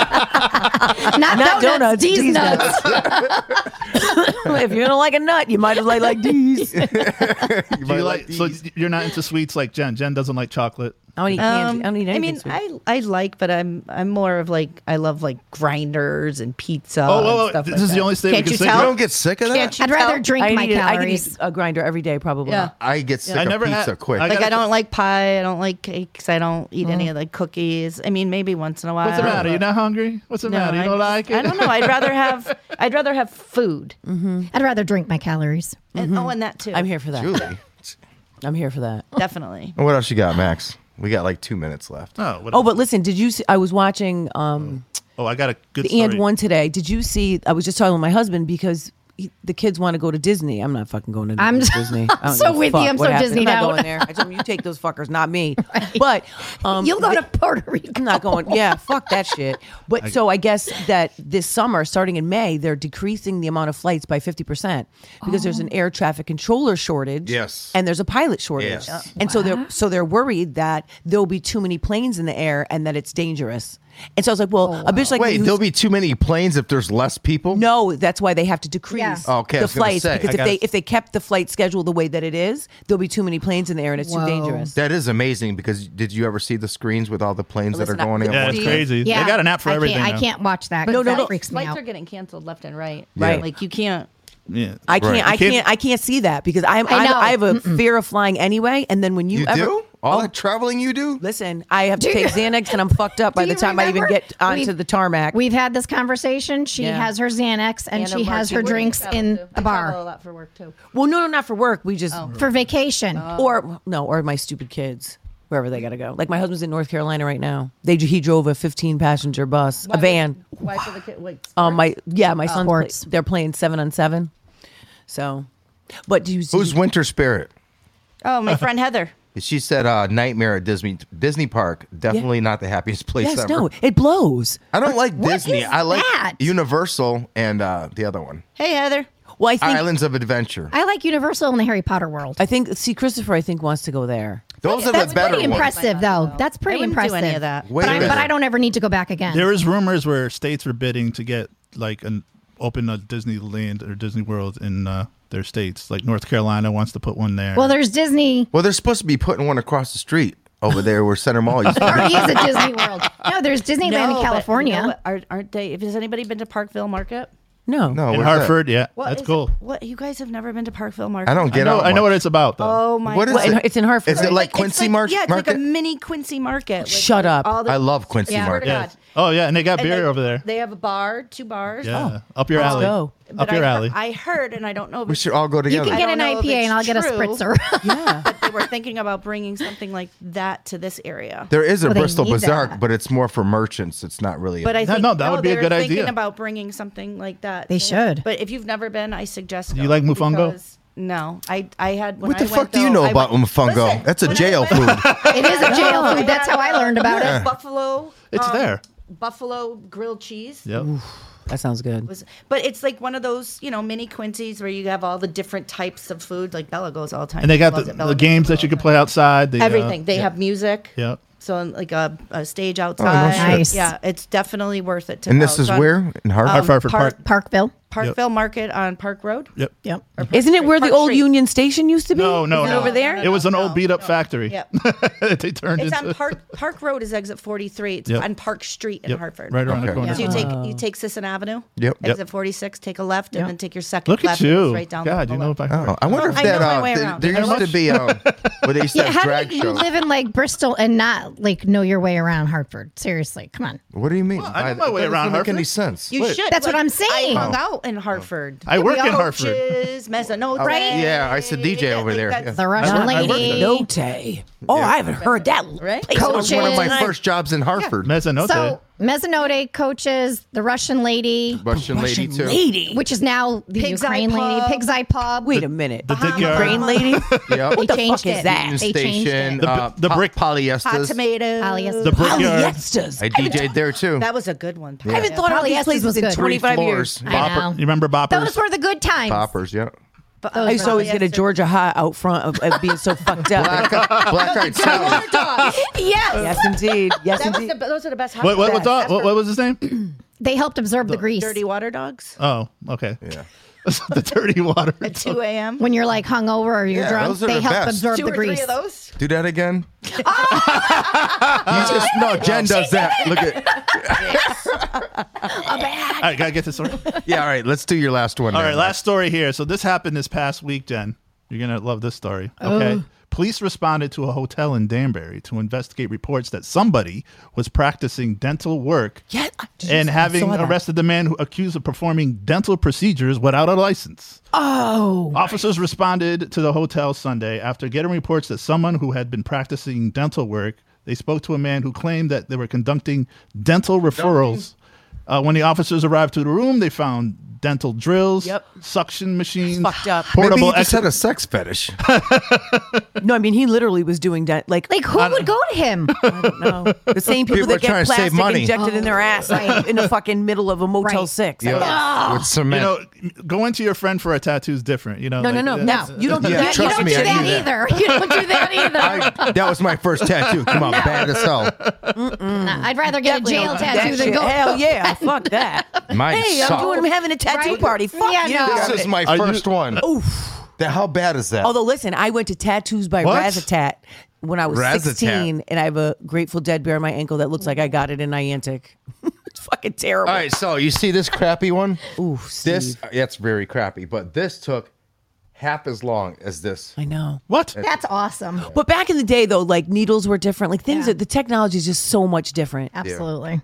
not, donuts, Not donuts, D's D's nuts. if you don't like a nut, you might as well like D's. You Do might you like? so these. you're not into sweets like Jen. Jen doesn't like chocolate. I don't eat Um, candy. I don't eat anything. Um, I mean, sweet. I I like, but I'm I'm more of like I love like grinders and pizza. Oh, whoa, and whoa, stuff this like is that. the only thing we Can't can you say. tell? You don't get sick of that? Can't you I'd rather tell? drink I my need- I could eat calories. a grinder every day, probably. Yeah. I get sick I of never pizza had- quick. I Like gotta- I don't like pie. I don't like cakes. I don't eat any of the cookies. I mean, maybe once in a while. Mm. What's the matter? You're not hungry? What's the No, matter? You I don't just- like it? I don't know. I'd rather have I'd rather have food. I'd rather drink my calories. Mm-hmm. And, oh, and that too. I'm here for that. Julie. I'm here for that. Definitely. And what else you got, Max? We got like two minutes left. Oh, what Oh, but listen, did you see? I was watching um, oh, I got a good the and story. one today. Did you see? I was just talking with my husband because he, the kids want to go to Disney. I'm not fucking going to I'm- Disney. I don't so give a with you. fuck I'm what so happens. Disneyed I'm not out. going there. I told him you take those fuckers, not me. But um, You'll go the- to Puerto Rico. I'm not going. Yeah, fuck that shit. But so I guess that this summer, starting in May, they're decreasing the amount of flights by 50% because there's an air traffic controller shortage. Yes. And there's a pilot shortage. Uh, Yes. And so they're so they're worried that there'll be too many planes in the air and that it's dangerous. And so I was like, well, a bitch like me Wait, who's- there'll be too many planes if there's less people? no, that's why they have to decrease Yeah. Oh, Okay, I the was gonna flights say. because I if gotta- they if they kept the flight schedule the way that it is, there'll be too many planes in the air and it's Whoa. too dangerous. That is amazing because did you ever see the screens with all the planes Listen, that are going I- in? Yeah, one it's Steve. time? crazy. Yeah, They got an app for I everything. Can't, I now. can't watch that. But No, no, that no. freaks me Flights out. are getting canceled left and right. Right. Like you can't. Yeah. I can't. Right. I You can't- can't. I can't see that because I'm. I, know. I, have a fear of flying anyway. And then when you, You ever Oh. do? All that traveling you do? listen, I have to Do you- take Xanax and I'm fucked up by Do the you time I even remember? get onto We've- the tarmac. We've had this conversation. She Yeah. has her Xanax and she has her drinks in the a bar lot for work too. well, no, no, not for work. We just for vacation. or no, or my stupid kids. Wherever they gotta go, like my husband's in North Carolina right now. They he drove a 15 passenger bus, a van. Why for the kid? Like, Um, my yeah, my son's play, Sports. they're playing seven on seven. So, but do you? Who's Winter Spirit? oh, my friend Heather. She said uh, Nightmare at Disney Disney Park. Definitely not the happiest place yes, ever. no, it blows. I don't like Disney. is I like that? Universal and uh, the other one. Hey, Heather. Well, I think Islands of Adventure. I like Universal and the Harry Potter world. I think see Christopher. I think wants to go there. Those are That's the better pretty ones. impressive, though. That's I pretty wouldn't do impressive. any of that. Wait but, a I, minute. but I don't ever need to go back again. There is rumors where states are bidding to get like an open a Disneyland or Disney World in uh, their states. Like North Carolina wants to put one there. well, there's Disney. Well, they're supposed to be putting one across the street. over there where Center Mall used to Or he is at Disney World. No, there's Disneyland in but you California. know what? aren't, aren't they? Has anybody been to Parkville Market? No. be. No, in where's that? Hartford. Yeah, What that's is- cool. What you guys have never been to Parkville Market? I don't I get know, out I know much. what it's about though. Oh my! What is God. Well, it? it's in Hartford. Is it like it's Quincy like- Mar- Yeah, it's Market? like a mini Quincy Market. Like, Shut up. all the- I love Quincy Yeah. Market. yeah. Oh yeah, and they got And beer they- over there. They have a bar, two bars. Oh. yeah, up your Let's alley. go. Up I, your heard- alley. I heard, and I don't know. We should all go you together. can get I an don't know if IPA and it's I'll get a true. spritzer. yeah. but they were thinking about bringing something like that to this area. There is a Well, they Bristol need Bazaar, that. but it's more for merchants. It's not really. But I No, think no, that would be a they were good thinking idea. About bringing something like that. They should. But if you've never been, I suggest. you go like mofongo? because- No, I I had. When what the I fuck went, do you though, know I about went- umfungo? Listen, That's a when I jail went- food. it is a jail I food. That's had, how I uh, learned about it. Buffalo. It's um, there. Buffalo grilled cheese. Yep. That sounds good. was- but it's like one of those you know mini Quincy's where you have all the different types of food. Like Bella goes all the time. And they She got loves the, it. the Bella goes games all that you the could play outside. The, uh, everything. They yeah. have music. Yeah. So on, like a, a stage outside. Oh, shit. Nice. Yeah, it's definitely worth it to. and go. this is So on where in Hartford. Hartford Park. Parkville. Parkville Market on Park Road. Yep. Yep. Isn't it where the Park old Street. Union Station used to be? No, no, Is it no. over there? It was an No, old beat up no. factory. Yep. they turned It's into on Park Park Road is exit 43. It's Yep. on Park Street in Yep, Hartford. right around the Okay. corner. Yeah. So you take you take Sisson Avenue. Yep. Exit Yep. 46. Take a left Uh-huh. Yep. and then take your second Look left. at and it's you. right down. the God, you know boulevard. about Oh, I wonder if I that know my uh, way there, around. there used to be um, where they used to Yeah, have how drag do you shows. live in like Bristol and not like know your way around Hartford? Seriously, come on. What do you mean? I know Why- my way that doesn't around make any Hartford. sense. You Wait. should. That's what I'm saying. I hung out in Hartford. I work in Hartford. Coaches, Mezzanote. Right. Yeah, I used to DJ over there. that's- The Russian I worked lady. No day. Oh, I haven't heard that. Right? That was one of my Coaches. first jobs in Hartford. Mezzanote. So Mezzanote coaches, the Russian lady, Russian lady too. Lady. which is now the Pig's Eye Ukraine lady, Pub. Pig's Eye Pub. Wait a minute. The Uh-huh. Bahama Dickyard. Grain lady? Yep. They What the changed fuck is it. that? They changed Station. it. uh, The- the brick- po- Hot polyesters. tomatoes. Polyester. the brickyard. Polyesters. I DJ'd there too. That was a good one. I haven't thought about Polyesters these was places in good. 25 floors. years. I Bopper. know. You remember boppers? Those were the good times. Poppers. Yeah. I used to always get a Georgia high out front of, of being so fucked up. Black black eyed Sally. Yes. yes, indeed. Yes, That was the, indeed. those are the best. what, what, hot what, dogs. what, what was his name? They helped absorb the, grease. Dirty water dogs Oh, okay. Yeah. the dirty water. at 2 a.m. When you're like hungover or you're Yeah, drunk, those are they the help best. absorb Two the or grease. three of those. Do that again. you just Oh no. Jen does that. Look at. All right, gotta get this. All Yeah. All right. Let's do your last one. right, now. last story here. So this happened this past week, Jen. You're gonna love this story. Oh. Okay. Police responded to a hotel in Danbury to investigate reports that somebody was practicing dental work Yeah, I- geez, and I having saw that. arrested the man who accused of performing dental procedures without a license. Oh. Officers responded to the hotel Sunday after getting reports that someone who had been practicing dental work. They spoke to a man who claimed that they were conducting dental referrals. Uh, when the officers arrived to the room, they found dental drills, Yep. suction machines, Fucked up. portable Maybe you just ex- had a sex fetish. No, I mean, he literally was doing that. Like, Like who would go to him? no. The same people, People are that trying to get save plastic money. injected in their ass like, in the fucking middle of a Motel Right. 6. Yeah. Ah. With you cement. know, going to your friend for a tattoo is different. You know, No, no, like, uh, no, yeah. no. You don't do Yeah, that. you trust don't me, do I that knew either. You don't do that either. I, that was my first tattoo. Come on, bad as hell. Nah, I'd rather get a jail tattoo than go. Hell yeah, fuck that. Mine hey, sucked. I'm doing, I'm having a tattoo Right? party. Fuck Yeah, you. no. This is my Are you- first one. That, how bad is that? Although, listen, I went to Tattoos by What? Razzatatat when I was Razzatat. 16, and I have a Grateful Dead bear on my ankle that looks like I got it in Niantic. it's fucking terrible. All right, so you see this crappy one? Ooh, This uh, Steve. yeah, it's very crappy, but this took half as long as this. I know. What? That's awesome. But back in the day, though, like needles were different. Like things, Yeah. that the technology is just so much different. Absolutely.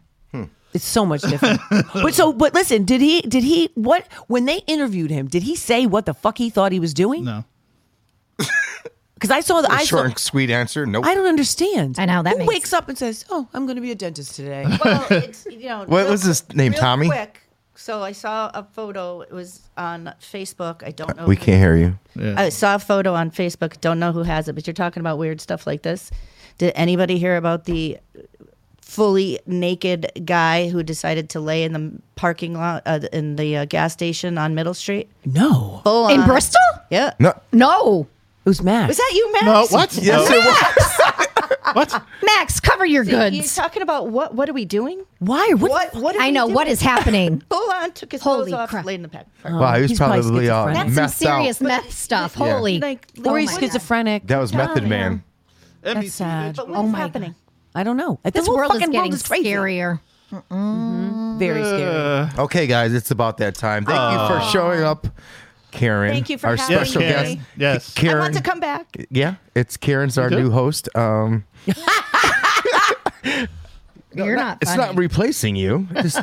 It's so much different. but so, but listen, did he? Did he? What? When they interviewed him, did he say what the fuck he thought he was doing? No. Because I saw the I Short saw, and sweet answer. Nope. I don't understand. I know, that Who makes- wakes up and says, "Oh, I'm going to be a dentist today." Well, it's, you know, What real was his quick- name, real Tommy? Quick. So I saw a photo. It was on Facebook. I don't know. Uh, we who- can't hear you. I saw a photo on Facebook. Don't know who has it, but you're talking about weird stuff like this. Did anybody hear about the fully naked guy who decided to lay in the parking lot uh, in the uh, gas station on Middle Street? No, it Full In on. Bristol? Yeah. No. No. was Max. Was that you, Max? No, what? Oh. Yes, No. it was. What? Max, cover your You're goods. talking about what? What are we doing? Why? What? What? What? Are I we know doing? what is happening. Full on took his Holy clothes off, crap. laid in the back. Wow, he was He's probably probably uh, That's schizophrenic. some messed out. serious meth stuff. Holy. Like, Or Oh he's my God. schizophrenic. That was Method Man. That's sad. But what Oh is happening? I don't know. The This whole world is fucking getting world is crazy. scarier. Uh, Very scary. Oh, Okay, guys, it's about that time. Thank you for showing up, Karen. Thank you for our having special me. guest. Yes. Karen. I want to come back. Yeah, it's Karen's our Okay. new host. Um, You're not. it's funny. not replacing you. Just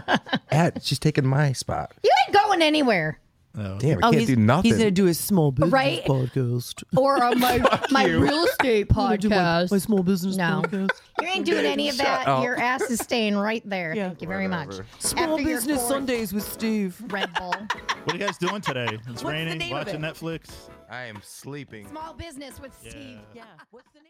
at, she's taking my spot. you ain't going anywhere. Damn, I Oh, can't he's, do nothing. he's gonna do his small business Right? podcast. Or on my my real estate I do my, my small business No. podcast. You ain't doing any of that. up. Your ass is staying right there. Thank you very much. Small After your business fourth Sundays with Steve. Red Bull. What are you guys doing today? It's the raining, name of watching it? Netflix. I am sleeping. Small business with Steve. Yeah. What's the name?